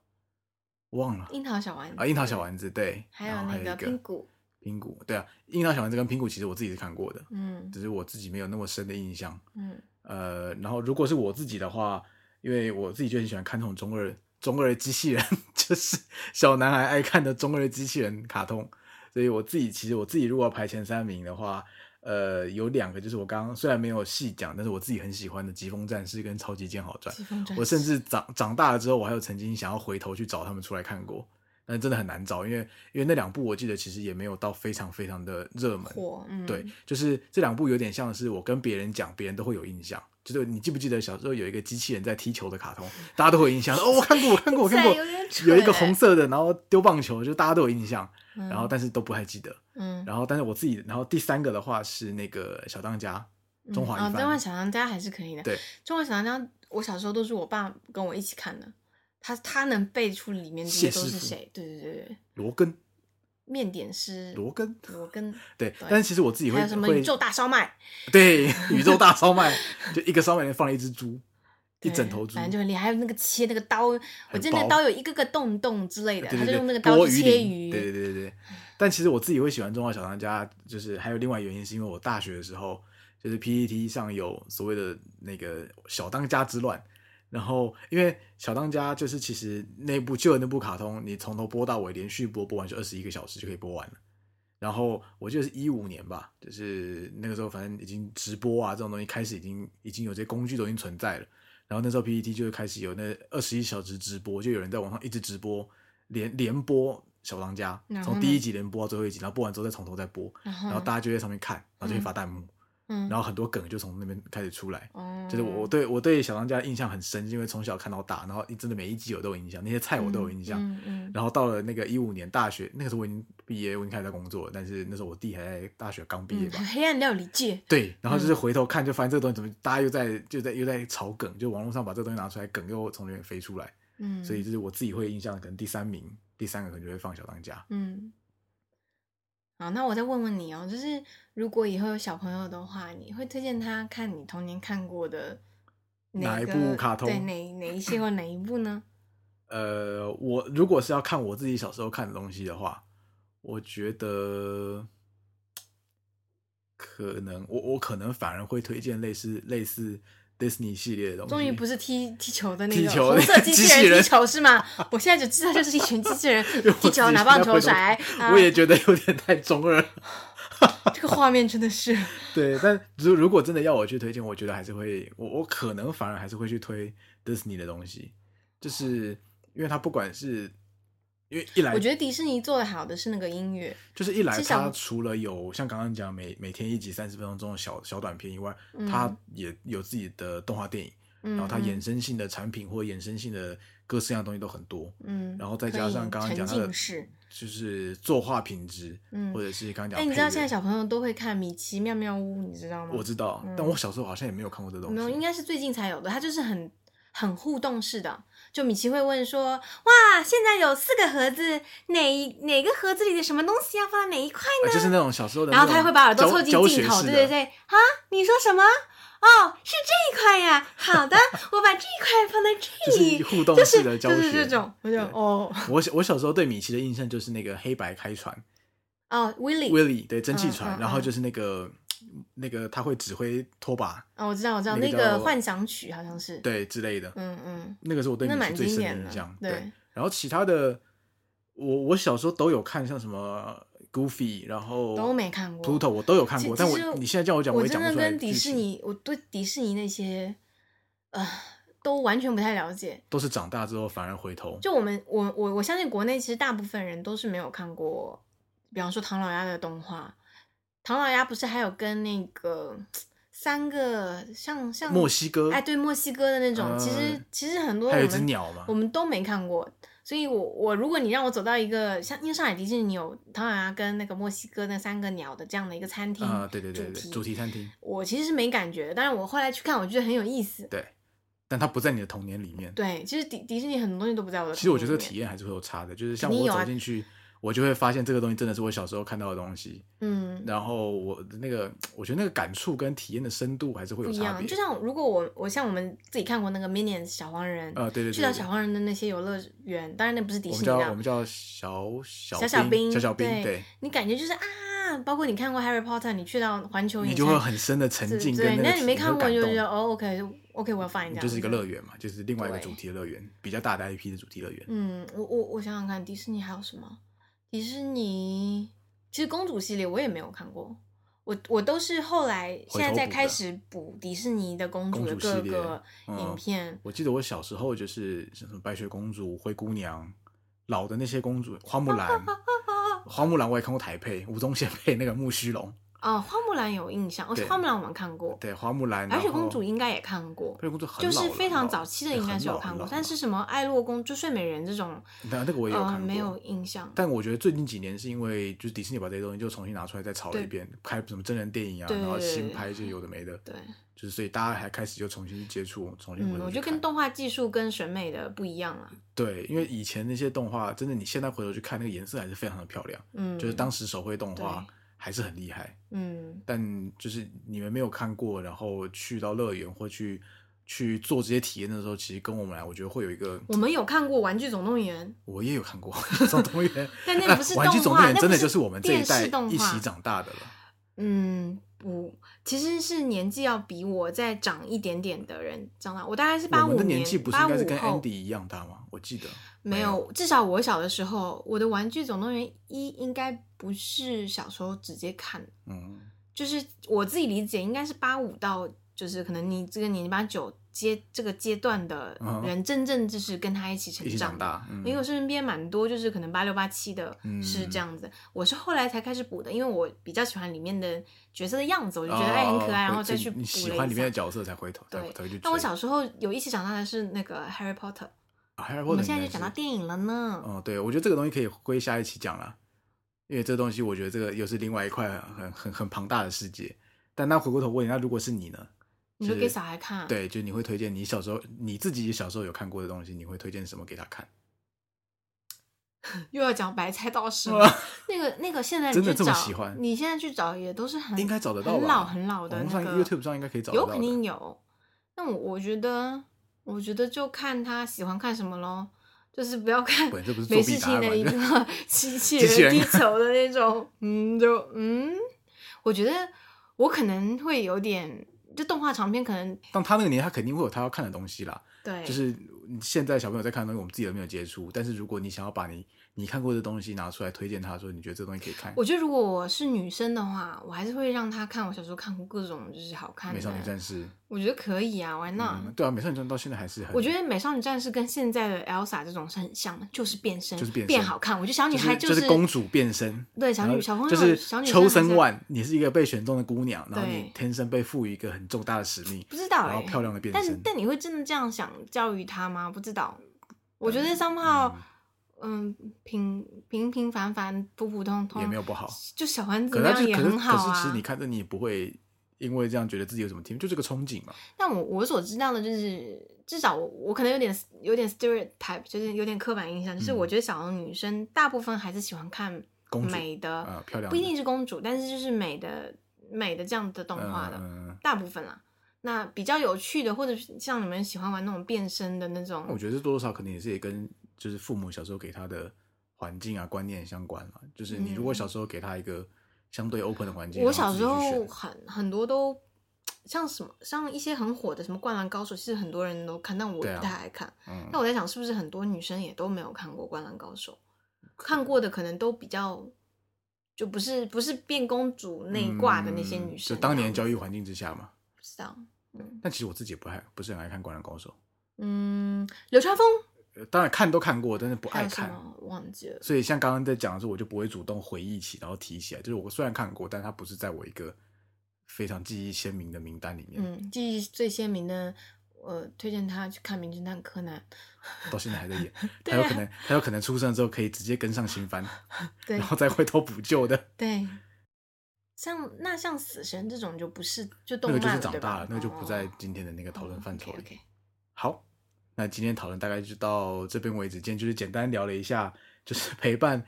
忘了樱桃小丸子啊，樱桃小丸子对，还然有后还那有个一冰谷，苹果，对啊，樱桃小丸子跟苹果其实我自己是看过的，嗯只是我自己没有那么深的印象。嗯，呃，然后如果是我自己的话，因为我自己就很喜欢看那种中二中二机器人， 就是小男孩爱看的中二机器人卡通，所以我自己其实我自己如果要排前三名的话，呃，有两个就是我刚刚虽然没有细讲，但是我自己很喜欢的《疾风战士》跟《超级剑豪传》，疾风传我甚至长长大了之后，我还有曾经想要回头去找他们出来看过，但真的很难找，因为因为那两部我记得其实也没有到非常非常的热门，火，嗯，对，，就是这两部有点像是我跟别人讲，别人都会有印象。就是你记不记得小时候有一个机器人在踢球的卡通，大家都会有印象。哦，我看过，我看过，我看过有。点蠢有一个红，色的，然后丢棒球，就大家都有印象，嗯然后但是都不太记得。嗯，然后但是我自己，然后第三个的话是那个小当家，中华啊，一中华番。小当家还是可以的。对，中华小当家，我小时候都是我爸跟我一起看的，他他能背出里面这谢些都师是傅谁？对对对对，罗根，面点师罗根，罗根，对。但是其实我自己还会有什么会宇宙大烧麦，对宇宙大烧麦，就一个烧麦里面放了一只猪，一对整头猪哎反，正就很厉害。还有那个切那个刀，我记得那薄刀有一个个洞洞之类的，对他对就对，用那个剥刀去切鳞鱼。对对对对对。但其实我自己会喜欢《中华小当家》，就是还有另外原因，是因为我大学的时候，就是 PPT 上有所谓的那个小当家之乱。然后，因为小当家就是其实那部旧的那部卡通，你从头播到尾，连续播播完就二十一个小时就可以播完了。然后我记得是一五年吧，就是那个时候反正已经直播啊这种东西开始已经已经有这些工具都已经存在了。然后那时候 PPT 就开始有那二十一小时直播，就有人在网上一直直播，连连播小当家然，后从呢第一集连播到最后一集，然后播完之后再从头再播，然后然后大家就在上面看，然后就会发弹幕，嗯，然后很多梗就从那边开始出来。哦，就是我我对我对小当家的印象很深，是因为从小看到大，然后真的每一集我都有印象，那些菜我都有印象。嗯嗯然后到了那个一五年大学，那个时候我已经毕业，我已经开始在工作了，但是那时候我弟还在大学刚毕业嗯，吧，嗯黑暗料理界， 对，然后就是回头看，就发现这个东西怎么大家又在就在又在炒梗，就网络上把这个东西拿出来，梗又从里面飞出来，嗯，所以就是我自己会印象可能第三名，第三个可能就会放小当家。嗯，好，那我再问问你哦，就是如果以后有小朋友的话，你会推荐他看你童年看过的哪一个部卡对，通哪哪一些或哪一部呢？呃，我如果是要看我自己小时候看的东西的话，我觉得可能我我可能反而会推荐类似类似 Disney 系列的东西。终于不是踢踢球的那哦踢个球红那色个机机器器人人踢球是吗？我现在就知道就是一群机器人 因为我踢自己球、拿现棒在球回头 甩，啊我也觉得有点太中二了。这个画面真的是，对，但如如果真的要我去推荐，我觉得还是会，我我可能反而还是会去推 Disney 的东西，就是因为它不管是，因为 一来我觉得迪士尼做的好的是那个音乐，就是一来至少它除了有像刚刚讲每每天一集三十分钟这种小小短片以外，嗯它也有自己的动画电影，然后它嗯嗯衍生性的产品或衍生性的各式各样的东西都很多，嗯，然后再可加上以刚刚讲沉它的浸式，就是作画品质，嗯或者是刚刚讲哎，配乐。你知道现在小朋友都会看《米奇妙妙屋》，你知道吗？我知道，但我小时候好像也没有看过这东没有，应西。该是最近才有的。它就是很很互动式的，就米奇会问说：“哇，现在有四个盒子，哪一哪个盒子里的什么东西要放在哪一块啊呢？”就是那种小时候的那然种教，后他还会把耳朵凑近教镜学头，式对的对对，啊，你说什么？哦，是这一块呀，好的，我把这一块放在这里，就是互动就式是的教就学是这种，我就对哦我小我小时候对米奇的印象就是那个黑白开船哦，Willy， ，Willy 对蒸汽嗯船，嗯然后嗯就是那个那个他会指挥拖把哦，我知道我知道那那个个叫幻想曲好像是，对之类的，嗯嗯，那个是我对那米蛮奇最经深典的的印象。对然后其他的我我小时候都有看，像什么 Goofy，然后都没看过 Pluto 我都有看其过，其但实我你现在叫我讲，我也真讲不的出来跟迪剧士情尼，我对迪士尼那些，呃，都完全不太了解。都是长大之后反而回头，就我们，我我我相信国内其实大部分人都是没有看过，比方说唐老鸭的动画。唐老鸭不是还有跟那个三个像像墨西哥哎对墨西哥的那种，其实嗯其实很多我还有一们只鸟嘛我，们都没看过。所以我，我如果你让我走到一个像因为上海迪士尼有唐老鸭跟那个墨西哥那三个鸟的这样的一个餐厅啊，对对对主对，题主题餐厅，我其实是没感觉的，但是我后来去看，我觉得很有意思。对，但它不在你的童年里面。对，其实迪迪士尼很多东西都不在我的。其实我觉得这个体，验还是会有差的，就是像肯定我有啊走进去，我就会发现这个东西真的是我小时候看到的东西，嗯，然后我那个我觉得那个感触跟体验的深度还是会不有一差样。别就。像如果我我像我们自己看过那个 Minions 小黄人，啊，对对对去到对小黄人的那些游乐园，当然那不是迪我们士尼叫的我啊们，叫小小小小兵，小小兵，对，对，你感觉就是啊，包括你看过 Harry Potter，你去到环球影你就城，会很深的沉对浸对跟，那那个你没体看会过感你就觉动得哦，OK OK，我要 fine 这你样，就是一个乐园。园嘛，就是另外一个对主题的乐园，比较大的 IP 的主题乐园。嗯，我我我想想看，迪士尼还有什么？迪士尼其实公主系列我也没有看过，我我都是后来头现在在补开的始补迪士尼的公主公的主系各列个影嗯片。我记得我小时候就是像什么白雪公主、灰姑娘，老的那些公主，花木 兰，花木兰我也看过台配，吴宗宪配那个木须龙，哦，花木兰有印象，哦，对花木兰我们看过，对，花木兰，白雪公然主后应该也看过白。雪公主很就老是了非常早期的，应该是有看过，但是什么爱洛公就睡美人这种，那那个我也有看呃，过，没有。印象。但我觉得最近几年是因为就是迪士尼把这些东西就重新拿出来再炒了一对遍，拍什么真人电影啊，对然后对对新对拍一些有的没的，对，就是所以大家还开始就重新接触，重新回嗯，头我去觉得跟看动画技术跟审美的不一样啊。对，因为以前那些动画真的你现在回头去看那个颜色还是非常的漂亮，嗯，就是当时手绘动画对还是很厉害。嗯，但就是你们没有看过，然后去到乐园或去去做这些体验的时候，其实跟我们来，我觉得会有一个，我们有看过《玩具总动员》，我也有看 过《总动员》，但那不是动 画玩具总动员那》不真的是就是我们这一电代视动画一起长大的了。嗯，我其实是年纪要比我再长一点点的人长大，我大概是八我五们的年，年纪不是八应该是五跟后 Andy 一样大吗？我记得没有，至少我小的时候，我的《玩具总动员一》应该不是小时候直接看，嗯，就是我自己理解应该是八五到就是可能你这个年纪八九阶这个阶段的嗯人，真正就是跟他一起成一起长长的。大，嗯因为我身边蛮多，就是可能八六八七的嗯是这样子，我是后来才开始补的，因为我比较喜欢里面的角色的样子，我就觉得哎很可哦爱，然后会再这去补了你一喜欢里面的下。角色才回头，才才会去对追。，那我小时候有一起长大的是那个 Harry Potter，啊，Harry Potter 应该是，我们现在就讲到电影了呢。哦，对，我觉得这个东西可以归下一期讲啦，因为这东西我觉得这个又是另外一块很很很庞大的世界。但那回过头问你，那如果是你呢？你说是给小孩看啊，对，就你会推荐你小时候你自己小时候有看过的东西，你会推荐什么给他看？又要讲白菜道士哇了。那个那个，现在哦真的去这么找喜欢你现在去找也都是很应该找得到很吧老很老的网络上那个 YouTube 上应该可以找得有到的肯定有。那我我觉得，我觉得就看他喜欢看什么咯，就是不要看不然这不是作没弊事答情案吗的一这个 机器机器人人啊低头的那种，嗯，就嗯，我觉得我可能会有点，就动画长片可能 但他那个年代，他肯定会有他要看的东西啦。对，就是现在小朋友在看的东西，我们自己都没有接触。但是如果你想要把你你看过的东西拿出来推荐他，说你觉得这东西可以看，我觉得如果我是女生的话，我还是会让她看我小时候看过各种就是好看美的少女战士》我觉得可以啊，Why not？、嗯，对啊，美少女战士到现在还是很，我觉得《美少女战士》跟现在的 Elsa 这种是很像的，就是变身，就是变身好看。我觉得小女就是孩、就是公主变身，对小然后女小朋友就是小女秋生生还是万，你是一个被选中的姑娘，然后对你天生被赋予一个很重大的使命，不知道然哎、后漂亮的变但身，但你会真的这样想教育她吗？不知道。我觉得三炮，嗯，平平平凡凡、普普通通也没有不好。就小丸子可是嗯那他样就也可是很好可是其实啊你。看着你也不会因为这样觉得自己有什么提，就是个憧憬嘛。但我我所知道的就是，至少我我可能有点有点 stereotype，就是有点刻板印象，就是嗯我觉得小女生大部分还是喜欢看公主美的，啊、漂亮呃不一的定是公主，但是就是美的美的这样的动画的、嗯嗯嗯大部分啦。那比较有趣的，或者是像你们喜欢玩那种变身的那种我，觉得多多少少可能也是也跟就是父母小时候给他的环境啊观念相关了。就是你如果嗯小时候给他一个相对 open 的环境，我然后小自时己去候选很很多都像什么，像一些很火的什么《灌篮高手》，其实很多人都看，但我不对啊太爱看。嗯那、我在想，是不是很多女生也都没有看过《灌篮高手》，看过的可能都比较就不是不是变公主那一挂的那些嗯女生那样子、就当年教育环境之下嘛。不知道，嗯但其实我自己也不爱，不是很爱看《灌篮高手》嗯，流川枫呃当然看都看过，但是不还爱有什看。么忘记了？所以像刚刚在讲的时候，我就不会主动回忆起，然后提起来。就是我虽然看过，但它不是在我一个非常记忆鲜明的名单里面，嗯，记忆最鲜明的，我推荐他去看《名侦探柯南》。到现在还在演。 对它啊有可能，它有可能出生之后可以直接跟上新番，对然后再回头补救的。对，像那像死神这种就不是就动那个漫就是了长对吧大了，那个就不在哦今天的那个讨论范畴里。 OK，, 好，那今天讨论大概就到这边为止。今天就是简单聊了一下，就是 陪伴、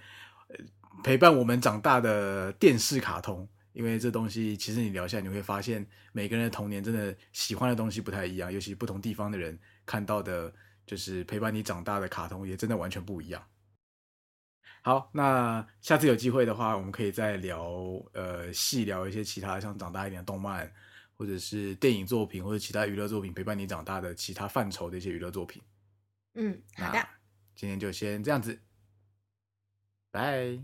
呃、陪伴我们长大的电视卡通。因为这东西，其实你聊下来，你会发现每个人的童年真的喜欢的东西不太一样，尤其不同地方的人看到的，就是陪伴你长大的卡通也真的完全不一样。好，那下次有机会的话，我们可以再聊，呃，细聊一些其他像长大一点的动漫，或者是电影作品，或者其他娱乐作品陪伴你长大的其他范畴的一些娱乐作品。嗯，好的。那今天就先这样子，拜。